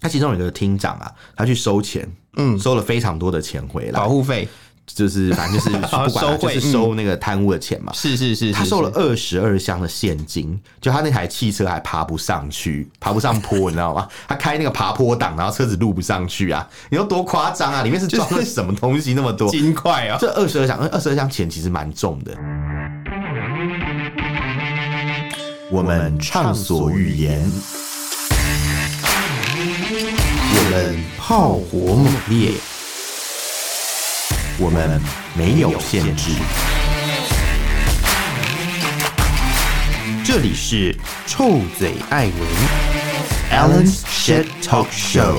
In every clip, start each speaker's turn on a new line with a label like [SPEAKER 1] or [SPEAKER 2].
[SPEAKER 1] 他其中有一个厅长啊，他去收钱，嗯，收了非常多的钱回来
[SPEAKER 2] 保，护费
[SPEAKER 1] 就是反正 就是不管
[SPEAKER 2] 收
[SPEAKER 1] 啦，就
[SPEAKER 2] 贿
[SPEAKER 1] 是收那个贪污的钱嘛。
[SPEAKER 2] 是是是，
[SPEAKER 1] 他
[SPEAKER 2] 是
[SPEAKER 1] 收了二十二箱的现金，就他那台汽车还爬不上去，爬不上坡，你知道吗？ 他开那个爬坡档，然后车子录不上去啊！你说多夸张啊！里面是装了什么东西那么多？
[SPEAKER 2] 是金块啊，
[SPEAKER 1] 这二十二箱，二十二箱钱其实蛮重的。我们畅所欲言，我们炮火猛烈，我们没有限制。这里是臭嘴艾文 Alan's Shit Talk Show。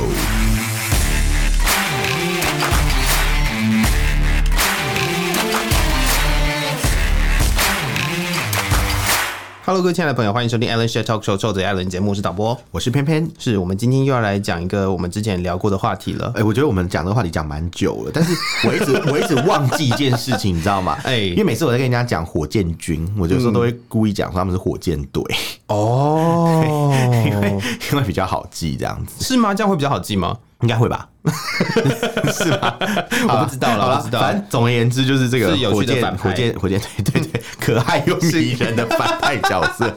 [SPEAKER 2] Hello，各位亲爱的朋友，欢迎收听 Alan s h a t Talk Show 臭嘴艾伦节目，我是导播。
[SPEAKER 1] 我是偏偏，
[SPEAKER 2] 是我们今天又要来讲一个我们之前聊过的话题了
[SPEAKER 1] 哎、。我觉得我们讲这个话题讲蛮久了，但是我一直我一直忘记一件事情，你知道吗？哎、
[SPEAKER 2] 哎嗯
[SPEAKER 1] 因为每次我在跟人家讲火箭军，我有时候都会故意讲说他们是火箭队，
[SPEAKER 2] 哦，
[SPEAKER 1] 因为因为比较好记，这样子
[SPEAKER 2] 是吗？这样会比较好记吗？
[SPEAKER 1] 应该会 吧？是吧？
[SPEAKER 2] 我不知道
[SPEAKER 1] 好
[SPEAKER 2] 了，我
[SPEAKER 1] 了
[SPEAKER 2] 不知，道。
[SPEAKER 1] 反正总而言之就是这个
[SPEAKER 2] 是有
[SPEAKER 1] 火
[SPEAKER 2] 趣的
[SPEAKER 1] 箭
[SPEAKER 2] 反派
[SPEAKER 1] 火箭火箭队，对对 对，可爱又迷人的反派角色，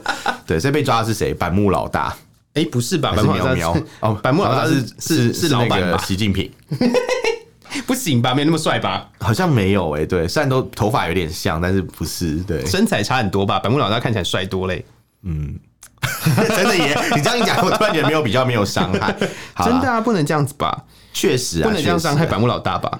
[SPEAKER 1] 对，所以被抓的是谁？板木老大
[SPEAKER 2] 哎，不是吧？
[SPEAKER 1] 还
[SPEAKER 2] 白
[SPEAKER 1] 是
[SPEAKER 2] 木
[SPEAKER 1] 喵
[SPEAKER 2] 老
[SPEAKER 1] 喵
[SPEAKER 2] 师？
[SPEAKER 1] 哦，
[SPEAKER 2] 白木老
[SPEAKER 1] 大
[SPEAKER 2] 师是是老板
[SPEAKER 1] 那个
[SPEAKER 2] 吧？
[SPEAKER 1] 习近平。
[SPEAKER 2] 不行吧？没那么帅吧？
[SPEAKER 1] 好像没有诶、对，虽然都头发有点像，但是不是 对，
[SPEAKER 2] 身材差很多吧？白木老大看起来帅多嘞，
[SPEAKER 1] 真的耶！你这样一讲，我突然觉得没有比较，没有伤害。好啦
[SPEAKER 2] 真的，啊，不能这样子吧？
[SPEAKER 1] 确实啊，
[SPEAKER 2] 不能这样伤害
[SPEAKER 1] 确实啊
[SPEAKER 2] 白木老大吧？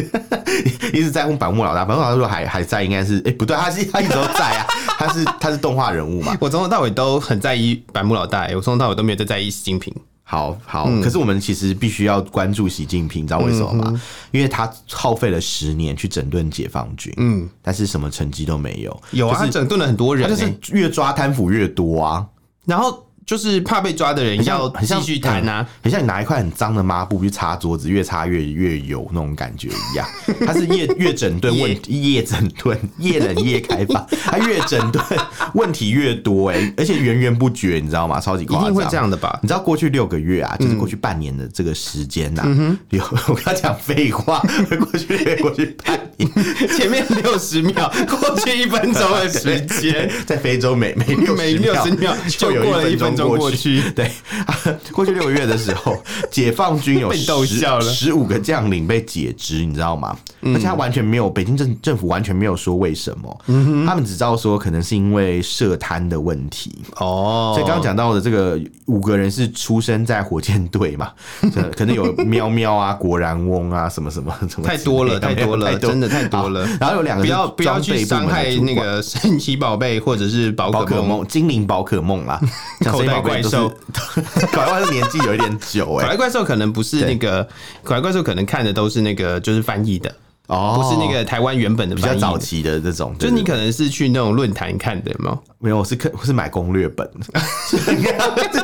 [SPEAKER 1] 一直在乎板木老大，板木老大说还还在，应该是哎、诶不对，他是他一直都在啊， 他是他是动画人物嘛。
[SPEAKER 2] 我从头到尾都很在意白木老大、欸，我从头到尾都没有在在意习近平。
[SPEAKER 1] 好好，
[SPEAKER 2] 嗯
[SPEAKER 1] 可是我们其实必须要关注习近平，你知道为什么吗？因为他耗费了十年去整顿解放军，嗯，但是什么成绩都没有，
[SPEAKER 2] 有啊，他整顿了很多
[SPEAKER 1] 他
[SPEAKER 2] 人、欸，
[SPEAKER 1] 就是越抓贪腐越多啊。
[SPEAKER 2] 然后就是怕被抓的人
[SPEAKER 1] 很像
[SPEAKER 2] 要
[SPEAKER 1] 很像
[SPEAKER 2] 继续谈啊。
[SPEAKER 1] 嗯很像你拿一块很脏的抹布去擦桌子，越擦越越油那种感觉一样。它是越越整顿问题，越整顿，越冷越开放，它越整顿问题越多哎、而且源源不绝，你知道吗？超级
[SPEAKER 2] 一
[SPEAKER 1] 夸张，
[SPEAKER 2] 定会这样的嗯吧？
[SPEAKER 1] 你知道过去六个月啊，就是过去半年的这个时间
[SPEAKER 2] 嗯
[SPEAKER 1] 呐、有 我跟他讲废话，过去六个月过去半年，
[SPEAKER 2] 前面六十 秒，过去一分钟的时间，
[SPEAKER 1] 在非洲每每六
[SPEAKER 2] 每60秒
[SPEAKER 1] 就
[SPEAKER 2] 就
[SPEAKER 1] 有
[SPEAKER 2] 过了一分钟
[SPEAKER 1] 过
[SPEAKER 2] 过去。
[SPEAKER 1] 对，啊过去六个月的时候，解放军有
[SPEAKER 2] 被逗笑了
[SPEAKER 1] 十五个将领被解职，你知道吗？而且他完全没有，北京政政府完全没有说为什么，
[SPEAKER 2] 嗯
[SPEAKER 1] 他们只知道说可能是因为涉贪的问题。
[SPEAKER 2] 哦
[SPEAKER 1] 所以刚刚讲到的这个五个人是出生在火箭队嘛，这可能有喵喵啊、 果然翁啊什么什么什么之类的，
[SPEAKER 2] 太多了，太 多了，真的太多了
[SPEAKER 1] 好。然后有两个
[SPEAKER 2] 不
[SPEAKER 1] 是
[SPEAKER 2] 要不要
[SPEAKER 1] 装备
[SPEAKER 2] 去
[SPEAKER 1] 部门
[SPEAKER 2] 伤
[SPEAKER 1] 的
[SPEAKER 2] 害
[SPEAKER 1] 主
[SPEAKER 2] 那
[SPEAKER 1] 管
[SPEAKER 2] 个神奇宝贝或者是宝
[SPEAKER 1] 宝可
[SPEAKER 2] 可梦。
[SPEAKER 1] 梦、精灵宝可梦 啦，像
[SPEAKER 2] 口
[SPEAKER 1] 神奇
[SPEAKER 2] 袋
[SPEAKER 1] 宝贝
[SPEAKER 2] 怪
[SPEAKER 1] 都是
[SPEAKER 2] 兽，
[SPEAKER 1] 搞怪兽年纪有一点久
[SPEAKER 2] 可
[SPEAKER 1] 哎、
[SPEAKER 2] 爱怪兽可能不是那个，可爱怪兽可能看的都是那个就是翻译的，
[SPEAKER 1] 哦，
[SPEAKER 2] 不是那个台湾原本的
[SPEAKER 1] 比较
[SPEAKER 2] 翻译
[SPEAKER 1] 早
[SPEAKER 2] 的。
[SPEAKER 1] 期的这种，就
[SPEAKER 2] 就
[SPEAKER 1] 是
[SPEAKER 2] 你可能是去那种论坛看的嘛，
[SPEAKER 1] 没有，我是看我是买攻略 本，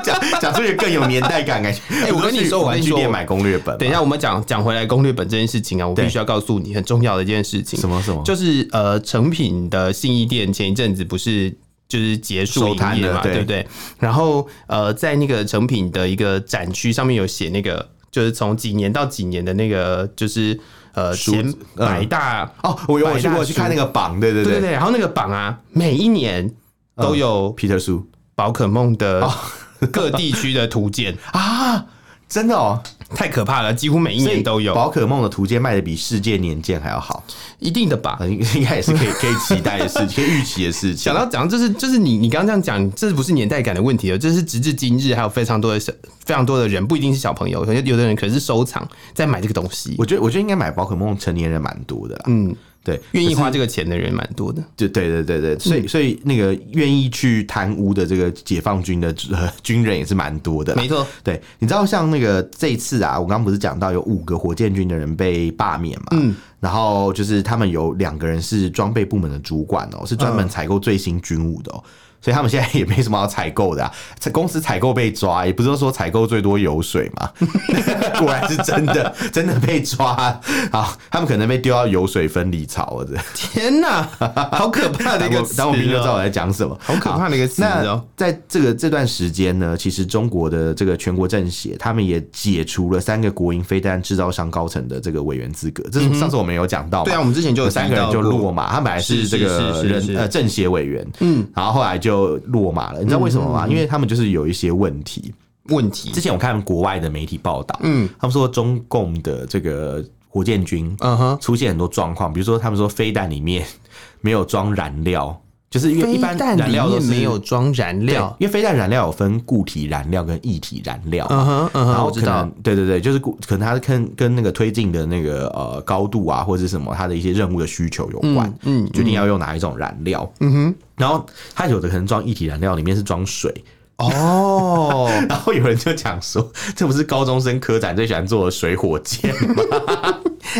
[SPEAKER 1] 讲讲出去更有年代感感觉。哎
[SPEAKER 2] 我跟你说我跟
[SPEAKER 1] 玩
[SPEAKER 2] 你
[SPEAKER 1] 具
[SPEAKER 2] 说
[SPEAKER 1] 店买攻略本，
[SPEAKER 2] 等一下，我们讲讲回来攻略本这件事情啊，我
[SPEAKER 1] 对
[SPEAKER 2] 必须要告诉你很重要的一件事情。
[SPEAKER 1] 什么什么
[SPEAKER 2] 就是呃，成品的信义店前一阵子不是就是结束
[SPEAKER 1] 收摊
[SPEAKER 2] 营业
[SPEAKER 1] 了
[SPEAKER 2] 嘛，
[SPEAKER 1] 对
[SPEAKER 2] 对不对？然后呃，在那个成品的一个展区上面有写那个，就是从几年到几年的那个，就是呃
[SPEAKER 1] 书
[SPEAKER 2] 前
[SPEAKER 1] 嗯
[SPEAKER 2] 百大、
[SPEAKER 1] 哦，我有我去
[SPEAKER 2] 百大
[SPEAKER 1] 我去看那个榜，对对
[SPEAKER 2] 对对
[SPEAKER 1] 对
[SPEAKER 2] 对，然后那个榜啊，每一年都有
[SPEAKER 1] 皮特叔
[SPEAKER 2] 宝可梦
[SPEAKER 1] 嗯哦
[SPEAKER 2] 的各地区的 图鉴，
[SPEAKER 1] 啊，真的哦，
[SPEAKER 2] 太可怕了，几乎每一
[SPEAKER 1] 所以
[SPEAKER 2] 年都有，
[SPEAKER 1] 宝可梦的图鉴卖的比世界年鉴还要好，
[SPEAKER 2] 一定的吧
[SPEAKER 1] 啊。应应该也是可以可以期待的事，可以预期的事 情
[SPEAKER 2] 讲。到讲到就是就是你你刚刚这样讲，这不是年代感的问题哦了，这是直至今日还有非常多的小非常多的人，不一定是小朋友，可能有的人可能是收藏在买这个东西
[SPEAKER 1] 我，觉得我觉得应该买宝可梦成年人蛮多的啦，嗯，对，
[SPEAKER 2] 愿意花这个钱的人蛮多的。
[SPEAKER 1] 就对对对对，所以所以那个愿意去贪污的这个解放军的、呃、军人也是蛮多的啦，
[SPEAKER 2] 没错，
[SPEAKER 1] 对，你知道像那个这一次啊，我刚刚不是讲到有五个火箭军的人被罢免嘛？嗯，然后就是他们有两个人是装备部门的主管哦、是专门采购最新军武的哦、所以他们现在也没什么好采购的、啊。这公司采购被抓，也不是说采购最多油水嘛， 果然是真的， 真的被抓。好，他们可能被丢到油水分离槽 了。
[SPEAKER 2] 天哪，好可怕的
[SPEAKER 1] 当
[SPEAKER 2] 一啊个
[SPEAKER 1] 我
[SPEAKER 2] 词、
[SPEAKER 1] 当
[SPEAKER 2] 哦！
[SPEAKER 1] 我兵就知道我在讲什么，
[SPEAKER 2] 好可怕的一个词
[SPEAKER 1] 那
[SPEAKER 2] 哦
[SPEAKER 1] 在这个这段时间呢，其实中国的这个全国政协，他们也解除了三个国营飞弹制造商高层的这个委员资格。这是上次我们有讲到嘛？
[SPEAKER 2] 嗯对啊，我们之前就
[SPEAKER 1] 有
[SPEAKER 2] 有
[SPEAKER 1] 三
[SPEAKER 2] 提
[SPEAKER 1] 个人
[SPEAKER 2] 到
[SPEAKER 1] 就
[SPEAKER 2] 过
[SPEAKER 1] 落马，他本来
[SPEAKER 2] 是
[SPEAKER 1] 这个
[SPEAKER 2] 是是是
[SPEAKER 1] 人呃政协委员，嗯，然后后来就落马了。你知道为什么吗？因为他们就是有一些问题。
[SPEAKER 2] 问题
[SPEAKER 1] 之，前我看国外的媒体报道，
[SPEAKER 2] 嗯
[SPEAKER 1] 他们说中共的这个火箭军，
[SPEAKER 2] 嗯哼，
[SPEAKER 1] 出现很多状况，比如说他们说飞弹里面没有装燃料，就是因为一
[SPEAKER 2] 飞
[SPEAKER 1] 般
[SPEAKER 2] 弹
[SPEAKER 1] 燃
[SPEAKER 2] 里
[SPEAKER 1] 料都
[SPEAKER 2] 面
[SPEAKER 1] 是
[SPEAKER 2] 没有装燃
[SPEAKER 1] 对
[SPEAKER 2] 料，
[SPEAKER 1] 因为飞弹燃料有分固体燃料跟液体燃料嘛。
[SPEAKER 2] 嗯哼嗯哼，
[SPEAKER 1] 然后
[SPEAKER 2] 我
[SPEAKER 1] 可
[SPEAKER 2] 知道
[SPEAKER 1] 能，对对对，就是固可能它跟跟那个推进的那个呃高度啊，或者是什么它的一些任务的需求有关，
[SPEAKER 2] 嗯
[SPEAKER 1] 决定要用哪一种燃料。
[SPEAKER 2] 嗯哼，
[SPEAKER 1] 然后它有的可能装液体燃料，里面是装水，
[SPEAKER 2] 哦，
[SPEAKER 1] 然后有人就讲说，这不是高中生科展最喜欢做的水火 箭吗？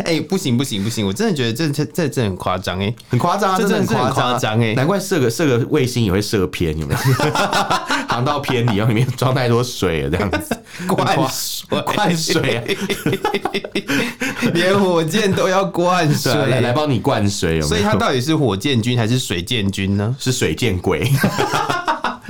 [SPEAKER 2] 哎、不行不行不行，我真的觉得这这这这很夸张 哎，
[SPEAKER 1] 很夸张啊，
[SPEAKER 2] 这
[SPEAKER 1] 真的
[SPEAKER 2] 真的是
[SPEAKER 1] 很
[SPEAKER 2] 很
[SPEAKER 1] 夸
[SPEAKER 2] 夸张欸
[SPEAKER 1] 难怪射个射个卫星也会射偏，有没有？ 航到偏离，然后里面装太多水了，这样 子
[SPEAKER 2] 灌
[SPEAKER 1] 水灌水啊，
[SPEAKER 2] 连火箭都要灌
[SPEAKER 1] 对
[SPEAKER 2] 水，
[SPEAKER 1] 啊，来来帮你灌水，有
[SPEAKER 2] 所
[SPEAKER 1] 没
[SPEAKER 2] 以
[SPEAKER 1] 有
[SPEAKER 2] 他？到底是火箭军还是水箭 军呢？
[SPEAKER 1] 是水见鬼！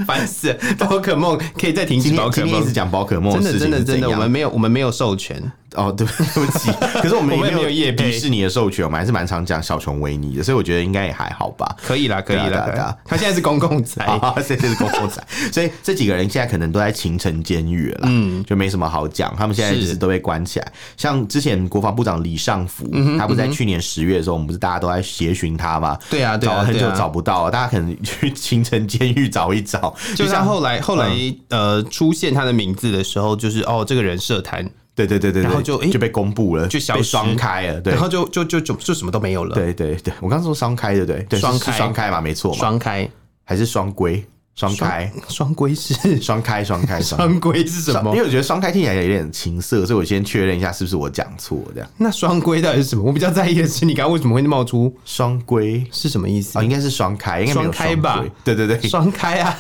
[SPEAKER 2] 烦死了！宝可梦可以再停
[SPEAKER 1] 今
[SPEAKER 2] 止宝
[SPEAKER 1] 天
[SPEAKER 2] 可
[SPEAKER 1] 今天一
[SPEAKER 2] 梦
[SPEAKER 1] 直。讲宝可梦
[SPEAKER 2] 真的
[SPEAKER 1] 事情
[SPEAKER 2] 真的
[SPEAKER 1] 是
[SPEAKER 2] 真的，
[SPEAKER 1] 怎
[SPEAKER 2] 我
[SPEAKER 1] 样
[SPEAKER 2] 们没有我们没有授权，
[SPEAKER 1] 哦，对 对不 起，可是我们
[SPEAKER 2] 我们
[SPEAKER 1] 也
[SPEAKER 2] 也没有业配
[SPEAKER 1] 鄙视你的授权，我们还是蛮常讲小熊维尼的，所以我觉得应该也还好吧。
[SPEAKER 2] 可以啦可以
[SPEAKER 1] 对啊对啊
[SPEAKER 2] 啦，可以
[SPEAKER 1] 对啊
[SPEAKER 2] 啦他现在是公共 财，
[SPEAKER 1] 啊，这这是公共仔， 所以这几个人现在可能都在秦城监狱了啦，嗯，就没什么好讲。他们现在就是
[SPEAKER 2] 是嗯
[SPEAKER 1] 都被关起来。像之前国防部长李尚福，他不是在去年十月的时候，我们不是大家都在协寻他吗？
[SPEAKER 2] 对啊对
[SPEAKER 1] 找
[SPEAKER 2] 啊
[SPEAKER 1] 了很
[SPEAKER 2] 对
[SPEAKER 1] 久
[SPEAKER 2] 啊
[SPEAKER 1] 找不到，大家可能去秦城监狱找一找。
[SPEAKER 2] 就像
[SPEAKER 1] 像嗯
[SPEAKER 2] 后来后来呃出现他的名字的时候，就是哦这个人涉贪，
[SPEAKER 1] 对对对对，对
[SPEAKER 2] 然后就诶
[SPEAKER 1] 就被公布了，
[SPEAKER 2] 就消
[SPEAKER 1] 被
[SPEAKER 2] 失
[SPEAKER 1] 双开了，对
[SPEAKER 2] 然。后就就就就就什么都没有了，，
[SPEAKER 1] 对对对，我刚说双开对不对？对，是
[SPEAKER 2] 双开
[SPEAKER 1] 是双开嘛，没错嘛，
[SPEAKER 2] 双开
[SPEAKER 1] 还是双规？双开，
[SPEAKER 2] 双规是
[SPEAKER 1] 双开，双开，双开。
[SPEAKER 2] 双规是什
[SPEAKER 1] 因
[SPEAKER 2] 么？
[SPEAKER 1] 为我觉得双开听起来有点情色，所以我先确认一下是不是我讲错这样。
[SPEAKER 2] 那双规到底是什么？我比较在意的是你刚刚为什么会冒出
[SPEAKER 1] 双规
[SPEAKER 2] 是什么意思
[SPEAKER 1] 啊，？应该是双开，应该没有
[SPEAKER 2] 双开吧
[SPEAKER 1] 规？对对对，
[SPEAKER 2] 双开 啊，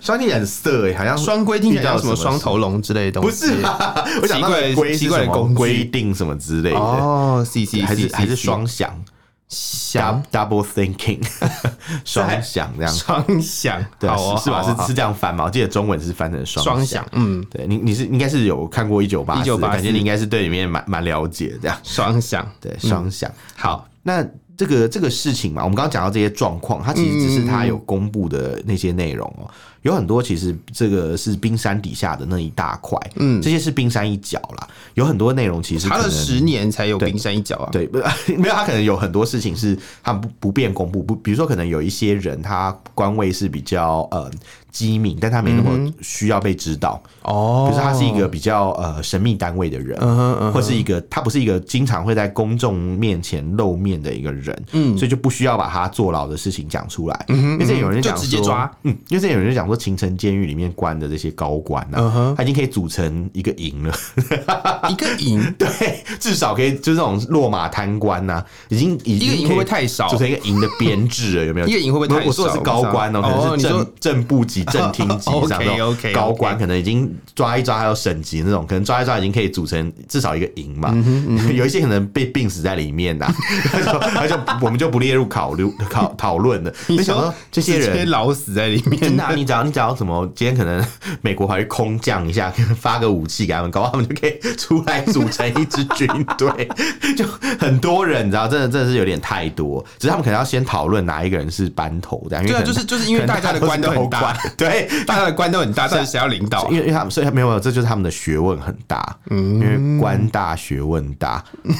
[SPEAKER 1] 双听起来很色哎，好像
[SPEAKER 2] 双规听起来
[SPEAKER 1] 遇
[SPEAKER 2] 像
[SPEAKER 1] 到
[SPEAKER 2] 什么
[SPEAKER 1] 事
[SPEAKER 2] 双头龙之类的东
[SPEAKER 1] 不
[SPEAKER 2] 西？
[SPEAKER 1] 是 吧？我想到
[SPEAKER 2] 奇怪的
[SPEAKER 1] 规
[SPEAKER 2] 奇怪的工具
[SPEAKER 1] 规定什么之类的，
[SPEAKER 2] 哦，C C
[SPEAKER 1] 还是还是双响
[SPEAKER 2] 响
[SPEAKER 1] double thinking 双响这样。
[SPEAKER 2] 双响，
[SPEAKER 1] 对啊，
[SPEAKER 2] 好哦
[SPEAKER 1] 是是吧？
[SPEAKER 2] 好哦好
[SPEAKER 1] 是是这样翻吗？我记得中文是翻成双
[SPEAKER 2] 双
[SPEAKER 1] 响
[SPEAKER 2] 响，。嗯，
[SPEAKER 1] 对你，你是应该是有看过一九八
[SPEAKER 2] 1984
[SPEAKER 1] 感觉你应该是对里面蛮蛮了解这样。
[SPEAKER 2] 双响，
[SPEAKER 1] 对，双响。好，那这个这个事情嘛，我们刚刚讲到这些状况，它其实
[SPEAKER 2] 嗯
[SPEAKER 1] 只是它有公布的那些内容哦、有很多其实这个是冰山底下的那一大块，嗯，这些是冰山一角啦，有很多内容其实
[SPEAKER 2] 查
[SPEAKER 1] 可
[SPEAKER 2] 了
[SPEAKER 1] 能
[SPEAKER 2] 十年才有冰山一角啊。
[SPEAKER 1] 对， 不没有他可能有很多事情是他不不便公布，不，比如说可能有一些人他官位是比较呃机敏，但他没那
[SPEAKER 2] 嗯
[SPEAKER 1] 么需要被知道，
[SPEAKER 2] 哦
[SPEAKER 1] 比如说他是一个比较呃神秘单位的人，
[SPEAKER 2] 嗯哼嗯哼
[SPEAKER 1] 或是一个他不是一个经常会在公众面前露面的一个人，嗯，所以就不需要把他坐牢的事情讲出来，
[SPEAKER 2] 嗯
[SPEAKER 1] 因为之前有人讲说
[SPEAKER 2] 就直接抓，
[SPEAKER 1] 嗯，因为之前有人讲说秦城监狱里面关的这些高官啊，
[SPEAKER 2] 嗯哼
[SPEAKER 1] 他已经可以组成一个营了，
[SPEAKER 2] 一个营，
[SPEAKER 1] 对，至少可以就这种落马贪官呐、已经 已
[SPEAKER 2] 一
[SPEAKER 1] 经
[SPEAKER 2] 个营会不
[SPEAKER 1] 可
[SPEAKER 2] 会
[SPEAKER 1] 以
[SPEAKER 2] 太少
[SPEAKER 1] 组？成一个营的编制了，有没有？
[SPEAKER 2] 一个营会不会太少
[SPEAKER 1] 我说的是高官哦、
[SPEAKER 2] 我不知
[SPEAKER 1] 可能
[SPEAKER 2] 道
[SPEAKER 1] 是
[SPEAKER 2] 哦你
[SPEAKER 1] 正
[SPEAKER 2] 说
[SPEAKER 1] 正部级、正厅级
[SPEAKER 2] 哦
[SPEAKER 1] 这样
[SPEAKER 2] OK，
[SPEAKER 1] 那种
[SPEAKER 2] OK，OK
[SPEAKER 1] 高官，可能已经抓一抓还有省级那种，可能抓一抓已经可以组成至少一个营嘛。有一些可能被病死在里面呐、他就他就我们就不列入考虑考讨论了。
[SPEAKER 2] 你
[SPEAKER 1] 就想说这些
[SPEAKER 2] 直接
[SPEAKER 1] 人
[SPEAKER 2] 老死在里面
[SPEAKER 1] 真的、啊，你只要你只要怎么，今天可能美国还会空降一下， 发个武器给他们，搞不好他们就可以出来组成一支军队， 就很多人，你知道，真的真的是有点太多。只是他们可能要先讨论哪一个人是班头这样，因为
[SPEAKER 2] 对啊
[SPEAKER 1] 可能
[SPEAKER 2] 就是就是因为
[SPEAKER 1] 可能
[SPEAKER 2] 大家的官都很大
[SPEAKER 1] 高官，对，
[SPEAKER 2] 大家的官都很大，到底谁要领导啊？
[SPEAKER 1] 因为因为他们，所以他没有，这就是他们的学问很大，因
[SPEAKER 2] 嗯
[SPEAKER 1] 为官大学问大，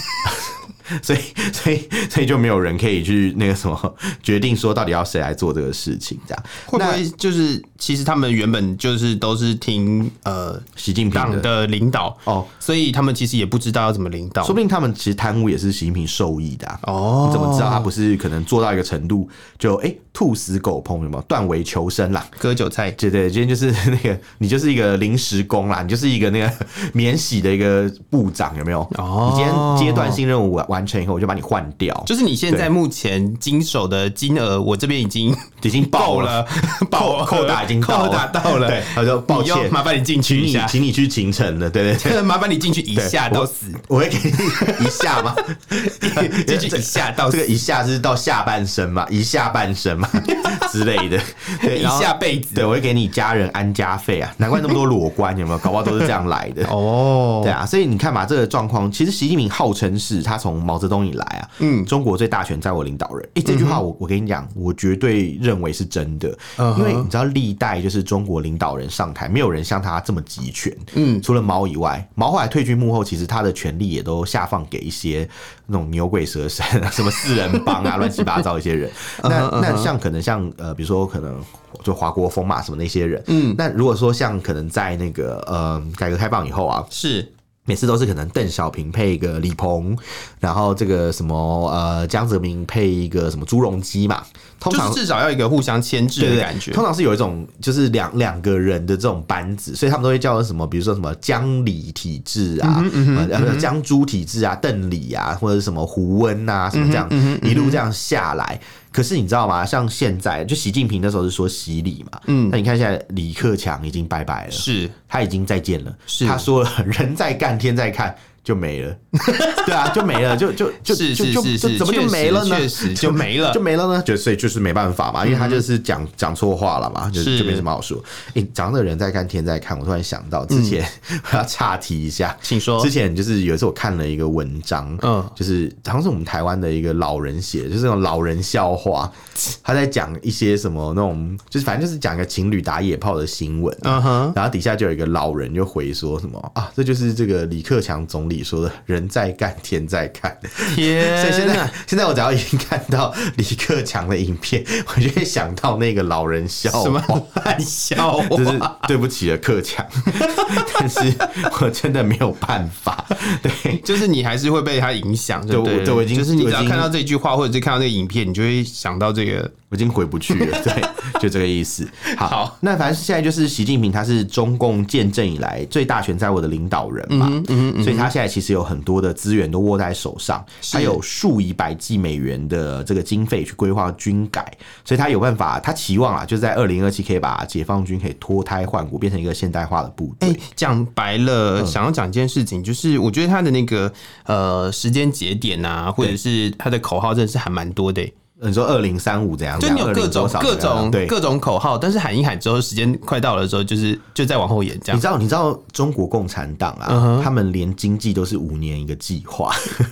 [SPEAKER 1] 所以所以所以就没有人可以去那个什么决定说到底要谁来做这个事情这样。
[SPEAKER 2] 会不
[SPEAKER 1] 那
[SPEAKER 2] 会就是其实他们原本就是都是听呃
[SPEAKER 1] 习近平
[SPEAKER 2] 党
[SPEAKER 1] 的。
[SPEAKER 2] 的领导
[SPEAKER 1] 哦，
[SPEAKER 2] 所以他们其实也不知道要怎么领导
[SPEAKER 1] 说。不定他们其实贪污也是习近平受益的、啊、
[SPEAKER 2] 哦
[SPEAKER 1] 你怎么知道他不是可能做到一个程度就哎、兔死狗烹有没有断尾求生啦？
[SPEAKER 2] 割韭菜？
[SPEAKER 1] 对对，今天就是那个你就是一个临时工啦，你就是一个那个 免洗的一个部长有没有？
[SPEAKER 2] 哦
[SPEAKER 1] 你今天阶段性任务完完成以后，我就把你换掉，
[SPEAKER 2] 就是你现在
[SPEAKER 1] 对
[SPEAKER 2] 目前经手的金额，我这边已经
[SPEAKER 1] 已经爆
[SPEAKER 2] 够，了， 爆了
[SPEAKER 1] 扣打已经到了
[SPEAKER 2] 扣打到了。
[SPEAKER 1] 对他说抱
[SPEAKER 2] 你又
[SPEAKER 1] 歉
[SPEAKER 2] 麻烦你进啊去
[SPEAKER 1] 请
[SPEAKER 2] 一
[SPEAKER 1] 你
[SPEAKER 2] 下，
[SPEAKER 1] 请你去秦城的，对对对。
[SPEAKER 2] 麻烦你进去一
[SPEAKER 1] 对
[SPEAKER 2] 下
[SPEAKER 1] 我
[SPEAKER 2] 到死，
[SPEAKER 1] 我会给你一下 吗？
[SPEAKER 2] 进去一下到
[SPEAKER 1] 哦这
[SPEAKER 2] 死，
[SPEAKER 1] 个一下是到下半身 嘛，一下半身嘛 之类的，对，
[SPEAKER 2] 一
[SPEAKER 1] 然后
[SPEAKER 2] 下辈子。
[SPEAKER 1] 对，我会给你家人安家费啊，难怪那么多裸官有没有？搞不好都是这样来 的。
[SPEAKER 2] 哦
[SPEAKER 1] 对啊，所以你看嘛，这个状况，其实习近平号称是他从毛泽东以来啊，嗯，中国最大权在我领导人。诶，这句话我我跟你讲，我绝对认为是真的，
[SPEAKER 2] 嗯哼
[SPEAKER 1] 因为你知道历代就是中国领导人上台，没有人像他这么集权，嗯，除了毛以外，毛后来退居幕后，其实他的权力也都下放给一些那种牛鬼蛇神啊， 什么四人帮啊，乱七八糟一些人。那那像可能像呃，比如说可能就华国锋嘛什么那些人，嗯，那如果说像可能在那个呃改革开放以后啊，
[SPEAKER 2] 是
[SPEAKER 1] 每次都是可能邓小平配一个李鹏，然后这个什么呃江泽民配一个什么朱镕基嘛，通
[SPEAKER 2] 就是
[SPEAKER 1] 常
[SPEAKER 2] 至少要有一个互相牵制
[SPEAKER 1] 对对
[SPEAKER 2] 的
[SPEAKER 1] 对
[SPEAKER 2] 感觉。
[SPEAKER 1] 通常是有一种就是两两个人的这种班子，所以他们都会叫什么，比如说什么江李体制啊，
[SPEAKER 2] 嗯
[SPEAKER 1] 呃呃江朱体制啊，邓李啊，或者是什么胡温啊，什么这样、一路这样下来。可是你知道吗？像现在就习近平那时候是说习李嘛，嗯，那你看现在李克强已经拜拜了，
[SPEAKER 2] 是
[SPEAKER 1] 他已经再见了，
[SPEAKER 2] 是
[SPEAKER 1] 他说了，人在干，天在看。就没 了，对啊，就没了，就就就是
[SPEAKER 2] 是，
[SPEAKER 1] 就就是就是怎么就
[SPEAKER 2] 确实
[SPEAKER 1] 没了呢？
[SPEAKER 2] 确实就没了
[SPEAKER 1] 就。没了呢？就所以就是没办法嘛，因为他就是讲讲错话了嘛，就是就没什么好说。诶，讲到这个人在看天在看，我突然想到之前 我要岔题一下，
[SPEAKER 2] 请说
[SPEAKER 1] 之。前就是有一次我看了一个文章，
[SPEAKER 2] 嗯
[SPEAKER 1] 嗯，就是好像是我们台湾的一个老人写的，就是那种老人笑话，他在讲一些什么那种，就是反正就是讲一个情侣打野炮的新闻，
[SPEAKER 2] 嗯哼，
[SPEAKER 1] 然后底下就有一个老人就回说什么啊，这就是这个李克强总理说的“人在干，天在看”，所以现
[SPEAKER 2] 天哪！
[SPEAKER 1] 在现在我只要一看到李克强的影片，我就会想到那个老人笑
[SPEAKER 2] 什么
[SPEAKER 1] 话。
[SPEAKER 2] 烂笑话？
[SPEAKER 1] 就是对不起了克强， 但是我真的没有办法。对，
[SPEAKER 2] 就是你还是会被他影响，对不
[SPEAKER 1] 对
[SPEAKER 2] 对
[SPEAKER 1] 我对我已经
[SPEAKER 2] 就是你只
[SPEAKER 1] 我
[SPEAKER 2] 要
[SPEAKER 1] 已经
[SPEAKER 2] 看到这句话，或者是看到这个影片，你就会想到这个
[SPEAKER 1] 我已经回不去了， 对，就这个意思。好，
[SPEAKER 2] 好
[SPEAKER 1] 那反正现在就是习近平，他是中共建政以来最大权在握的领导人
[SPEAKER 2] 嗯
[SPEAKER 1] 嘛，所以他现在其实有很多的资源都握在手上，他有数以百计美元的这个经费去规划军改，所以他有办法，他期望啊，就是在二零二七可以把解放军可以脱胎换骨，变成一个现代化的部队。
[SPEAKER 2] 哎，讲白了，
[SPEAKER 1] 嗯
[SPEAKER 2] 想要讲一件事情，就是我觉得他的那个呃时间节点啊，或者是他的口号，真的是还蛮多的、
[SPEAKER 1] 呃你说二零三五怎样？
[SPEAKER 2] 就你有各种
[SPEAKER 1] 20多少
[SPEAKER 2] 各
[SPEAKER 1] 怎样啊
[SPEAKER 2] 种
[SPEAKER 1] 对。
[SPEAKER 2] 各种口号，但是喊一喊之后，时间快到了之后，就是就再往后延这
[SPEAKER 1] 你
[SPEAKER 2] 样嗯
[SPEAKER 1] 知。道，你知道中国共产党啊他们连经济都是五年一个计划，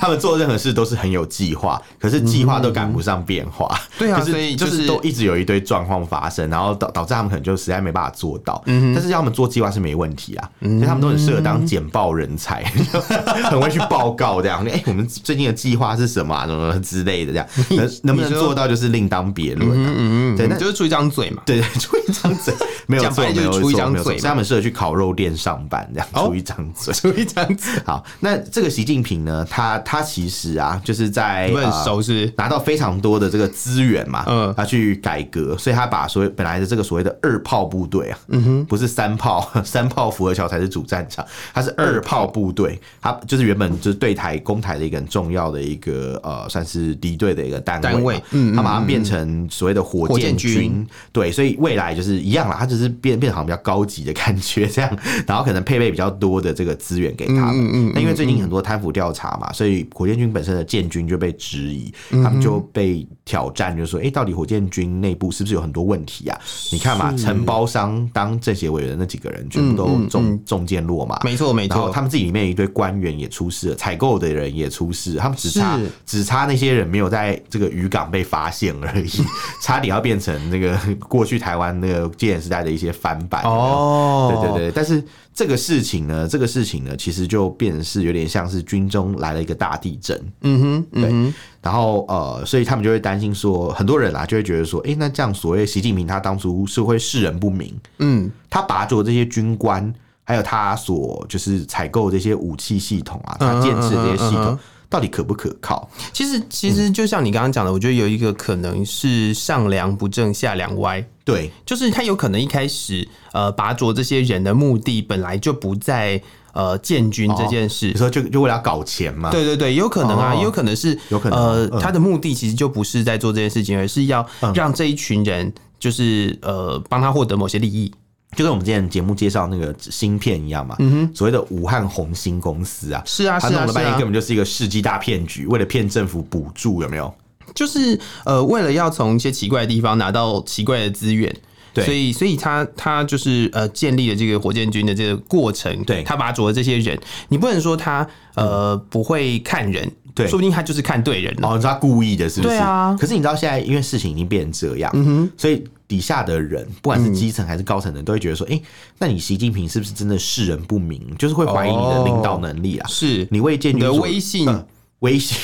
[SPEAKER 1] 他们做任何事都是很有计划，可是计划都赶不上变化。
[SPEAKER 2] 对啊
[SPEAKER 1] 就是
[SPEAKER 2] 所以
[SPEAKER 1] 就
[SPEAKER 2] 就是
[SPEAKER 1] 是都一直有一堆状况发生，然后导导致他们可能就实在没办法做到。
[SPEAKER 2] 嗯
[SPEAKER 1] 但是要他们做计划是没问题啊，所以他们都很适合当简报人才， 就很会去报告这样。哎、我们最近的计划是什么、啊，什么什么之类的这样，能能不能
[SPEAKER 2] 你说嗯
[SPEAKER 1] 做到就是另当别论、啊。对，那
[SPEAKER 2] 就是出一张嘴嘛。
[SPEAKER 1] 对， 出一张嘴，没有
[SPEAKER 2] 讲
[SPEAKER 1] 错，
[SPEAKER 2] 白
[SPEAKER 1] 没
[SPEAKER 2] 就是
[SPEAKER 1] 有
[SPEAKER 2] 出
[SPEAKER 1] 错
[SPEAKER 2] 一张
[SPEAKER 1] 没有错
[SPEAKER 2] 嘴嘛
[SPEAKER 1] 所以他们适合去烤肉店上班，这样、
[SPEAKER 2] 哦
[SPEAKER 1] 出一张嘴。
[SPEAKER 2] 出一张嘴，
[SPEAKER 1] 好，那这个习近平呢，他他其实啊，就是在
[SPEAKER 2] 你们
[SPEAKER 1] 呃
[SPEAKER 2] 很熟是
[SPEAKER 1] 拿到非常多的这个资源嘛，
[SPEAKER 2] 嗯
[SPEAKER 1] 嗯，他去改革，所以他把所谓本来的这个所谓的二炮部队啊，嗯哼，不是三炮， 三炮符合桥才是主战场，他是二炮部队，他就是原本就是对台攻台的一个很重要的一个呃，算是敌对的一个单位嘛，
[SPEAKER 2] 单位嗯
[SPEAKER 1] 他把它变成所谓的火
[SPEAKER 2] 火
[SPEAKER 1] 箭
[SPEAKER 2] 箭军
[SPEAKER 1] 军，对，所以未来就是一样啦，他只是变变得好像比较高级的感觉这样，然后可能配备比较多的这个资源给他们。那因为最近很多贪腐调查嘛，所以火箭军本身的建军就被质疑，他们就被挑战，就说：“哎，到底火箭军内部是不是有很多问题啊？你看嘛，承包商当政协委员的那几个人全部都中中箭落马，
[SPEAKER 2] 没错没
[SPEAKER 1] 啊然后
[SPEAKER 2] 错，
[SPEAKER 1] 他们自己里面一堆官员也出事了，采购的人也出事，他们只差
[SPEAKER 2] 是
[SPEAKER 1] 只差那些人没有在这个渔港被发现而已， 差点要变成那个过去台湾那个戒严时代的一些翻版。
[SPEAKER 2] 哦，
[SPEAKER 1] 对对对，但是这个事情呢，这个事情呢，其实就变成是有点像是军中来了一个大地震，
[SPEAKER 2] 嗯哼，嗯哼，
[SPEAKER 1] 然后呃，所以他们就会担心说，很多人啦就会觉得说，诶，那这样所谓习近平他当初是会世人不明，
[SPEAKER 2] 嗯，
[SPEAKER 1] 他拔走这些军官，还有他所就是采购这些武器系统啊，他
[SPEAKER 2] 嗯
[SPEAKER 1] 建制这些系
[SPEAKER 2] 嗯嗯
[SPEAKER 1] 统
[SPEAKER 2] 嗯嗯
[SPEAKER 1] 到底可不可靠？
[SPEAKER 2] 其实其实
[SPEAKER 1] 嗯
[SPEAKER 2] 就像你刚刚讲的，我觉得有一个可能是上梁不正下梁歪，
[SPEAKER 1] 对，
[SPEAKER 2] 就是他有可能一开始呃拔擢这些人的目的本来就不在呃建军这件事
[SPEAKER 1] 你。说就就为了要搞钱嘛？
[SPEAKER 2] 对对对，有可能啊，
[SPEAKER 1] 哦
[SPEAKER 2] 也有可能是，
[SPEAKER 1] 有可能
[SPEAKER 2] 呃，
[SPEAKER 1] 嗯
[SPEAKER 2] 他的目的其实就不是在做这件事情，而是要
[SPEAKER 1] 嗯
[SPEAKER 2] 让这一群人就是呃，帮他获得某些利益。
[SPEAKER 1] 就跟我们之前节目介绍那个芯片一样嘛，所谓的武汉红星公司啊，
[SPEAKER 2] 是嗯啊，
[SPEAKER 1] 他
[SPEAKER 2] 是
[SPEAKER 1] 弄
[SPEAKER 2] 啊，
[SPEAKER 1] 了
[SPEAKER 2] 是
[SPEAKER 1] 半天
[SPEAKER 2] 啊
[SPEAKER 1] 根，本就是一个世纪大骗局，为了骗政府补助，有没有？
[SPEAKER 2] 就是呃，为了要从一些奇怪的地方拿到奇怪的资源。
[SPEAKER 1] 对
[SPEAKER 2] 所以，所以他他就是呃，建立了这个火箭军的这个过程，
[SPEAKER 1] 对
[SPEAKER 2] 他拔擢了这些人，你不能说他呃不会看人，
[SPEAKER 1] 对
[SPEAKER 2] 说不定他就是看对人了，
[SPEAKER 1] 哦，你知道他故意的，是不是？
[SPEAKER 2] 对啊
[SPEAKER 1] 可是你知道现在因为事情已经变成这样，所以底下的人，不管是基层还是高层的人，都会觉得说，哎、那你习近平是不是真的世人不明？就是会怀疑你的领导能力啊。
[SPEAKER 2] 是
[SPEAKER 1] 你为建军
[SPEAKER 2] 你的
[SPEAKER 1] 所
[SPEAKER 2] 威信
[SPEAKER 1] 嗯威 信，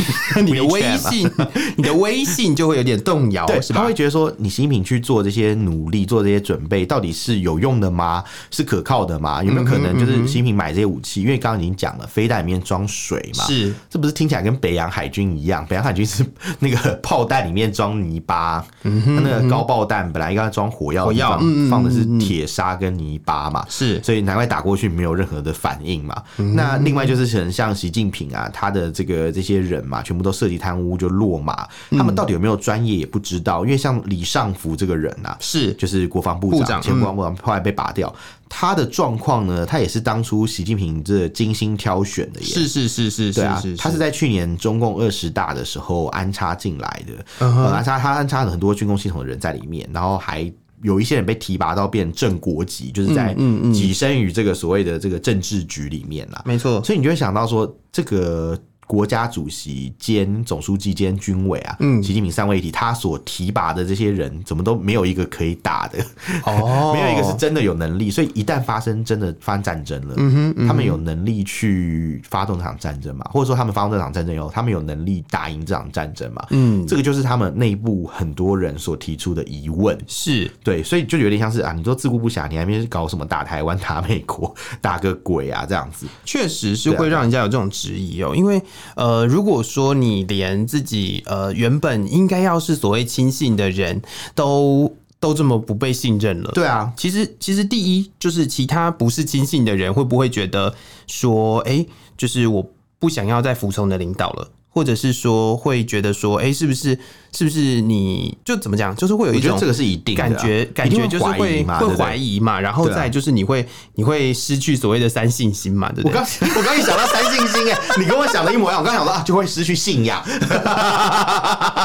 [SPEAKER 2] 你的微
[SPEAKER 1] WeChat 嘛哦
[SPEAKER 2] 信， 你的微信就会有点动摇，
[SPEAKER 1] 对，
[SPEAKER 2] 是
[SPEAKER 1] 他
[SPEAKER 2] 吧
[SPEAKER 1] 会？觉得说，你习近平去做这些努力，做这些准备，到底是有用的吗？是可靠的吗？有没有可能就是习近平买这些武器？因为刚刚已经讲了，飞弹里面装水嘛，
[SPEAKER 2] 是
[SPEAKER 1] 这不是听起来跟北洋海军一样？北洋海军是 那个炮弹里面装泥巴，它那个高爆弹本来应该装火药的地方，
[SPEAKER 2] 嗯火药嗯嗯嗯
[SPEAKER 1] 放的是铁砂跟泥巴嘛，
[SPEAKER 2] 是
[SPEAKER 1] 所以难怪打过去没有任何的反应嘛。
[SPEAKER 2] 嗯
[SPEAKER 1] 那另外就是很像习近平啊，他的这个这些人嘛，全部都涉及贪污就落马，
[SPEAKER 2] 嗯
[SPEAKER 1] 他们到底有没有专业也不知道，因为像李尚福这个人啊。
[SPEAKER 2] 是，
[SPEAKER 1] 就是国防部
[SPEAKER 2] 部
[SPEAKER 1] 长，
[SPEAKER 2] 长嗯
[SPEAKER 1] 前国防部长后来被拔掉，他的状况呢，他也是当初习近平这精心挑选的耶。
[SPEAKER 2] 是是是
[SPEAKER 1] 对
[SPEAKER 2] 是是
[SPEAKER 1] 啊
[SPEAKER 2] 是，，
[SPEAKER 1] 他是在去年中共二十大的时候安插进来的，
[SPEAKER 2] 嗯哼
[SPEAKER 1] 呃安插他安插了很多军工系统的人在里面，然后还。有一些人被提拔到变正国级，就是在
[SPEAKER 2] 嗯嗯嗯
[SPEAKER 1] 跻身于这个所谓的这个政治局里面啦。
[SPEAKER 2] 没错，
[SPEAKER 1] 所以你就会想到说，这个国家主席兼总书记兼军委啊，
[SPEAKER 2] 嗯
[SPEAKER 1] 习近平三位一体，他所提拔的这些人，怎么都没有一个可以打的，
[SPEAKER 2] 哦，
[SPEAKER 1] 没有一个是真的有能力。所以一旦发生真的发生战争了，
[SPEAKER 2] 嗯
[SPEAKER 1] 他们有能力去发动这场战争嘛？或者说他们发动这场战争以后，他们有能力打赢这场战争嘛？
[SPEAKER 2] 嗯
[SPEAKER 1] 这个就是他们内部很多人所提出的疑问。
[SPEAKER 2] 是
[SPEAKER 1] 对，所以就有点像是啊，你都自顾不暇，你还没搞什么打台湾、打美国、打个鬼啊这样子。
[SPEAKER 2] 确实是
[SPEAKER 1] 对啊
[SPEAKER 2] 会让人家有这种质疑哦，因为呃，如果说你连自己呃原本应该要是所谓亲信的人都都这么不被信任了，
[SPEAKER 1] 对啊，
[SPEAKER 2] 其实，其实第一就是其他不是亲信的人会不会觉得说，哎、就是我不想要再服从你的领导了，或者是说会觉得说，哎、是不是是不是你就怎么讲，就是会有
[SPEAKER 1] 我
[SPEAKER 2] 一
[SPEAKER 1] 觉
[SPEAKER 2] 种
[SPEAKER 1] 得这个是一定的啊、
[SPEAKER 2] 感觉，感
[SPEAKER 1] 一定
[SPEAKER 2] 觉就是
[SPEAKER 1] 疑
[SPEAKER 2] 会
[SPEAKER 1] 嘛，
[SPEAKER 2] 会
[SPEAKER 1] 对不对
[SPEAKER 2] 怀。疑嘛，然后
[SPEAKER 1] 对啊
[SPEAKER 2] 再就是你会你会失去所谓的三信心嘛，对不
[SPEAKER 1] 我
[SPEAKER 2] 对？
[SPEAKER 1] 刚我刚一想到三信心哎、你跟我想的一模一样。我刚想到啊，就会失去信 仰，啊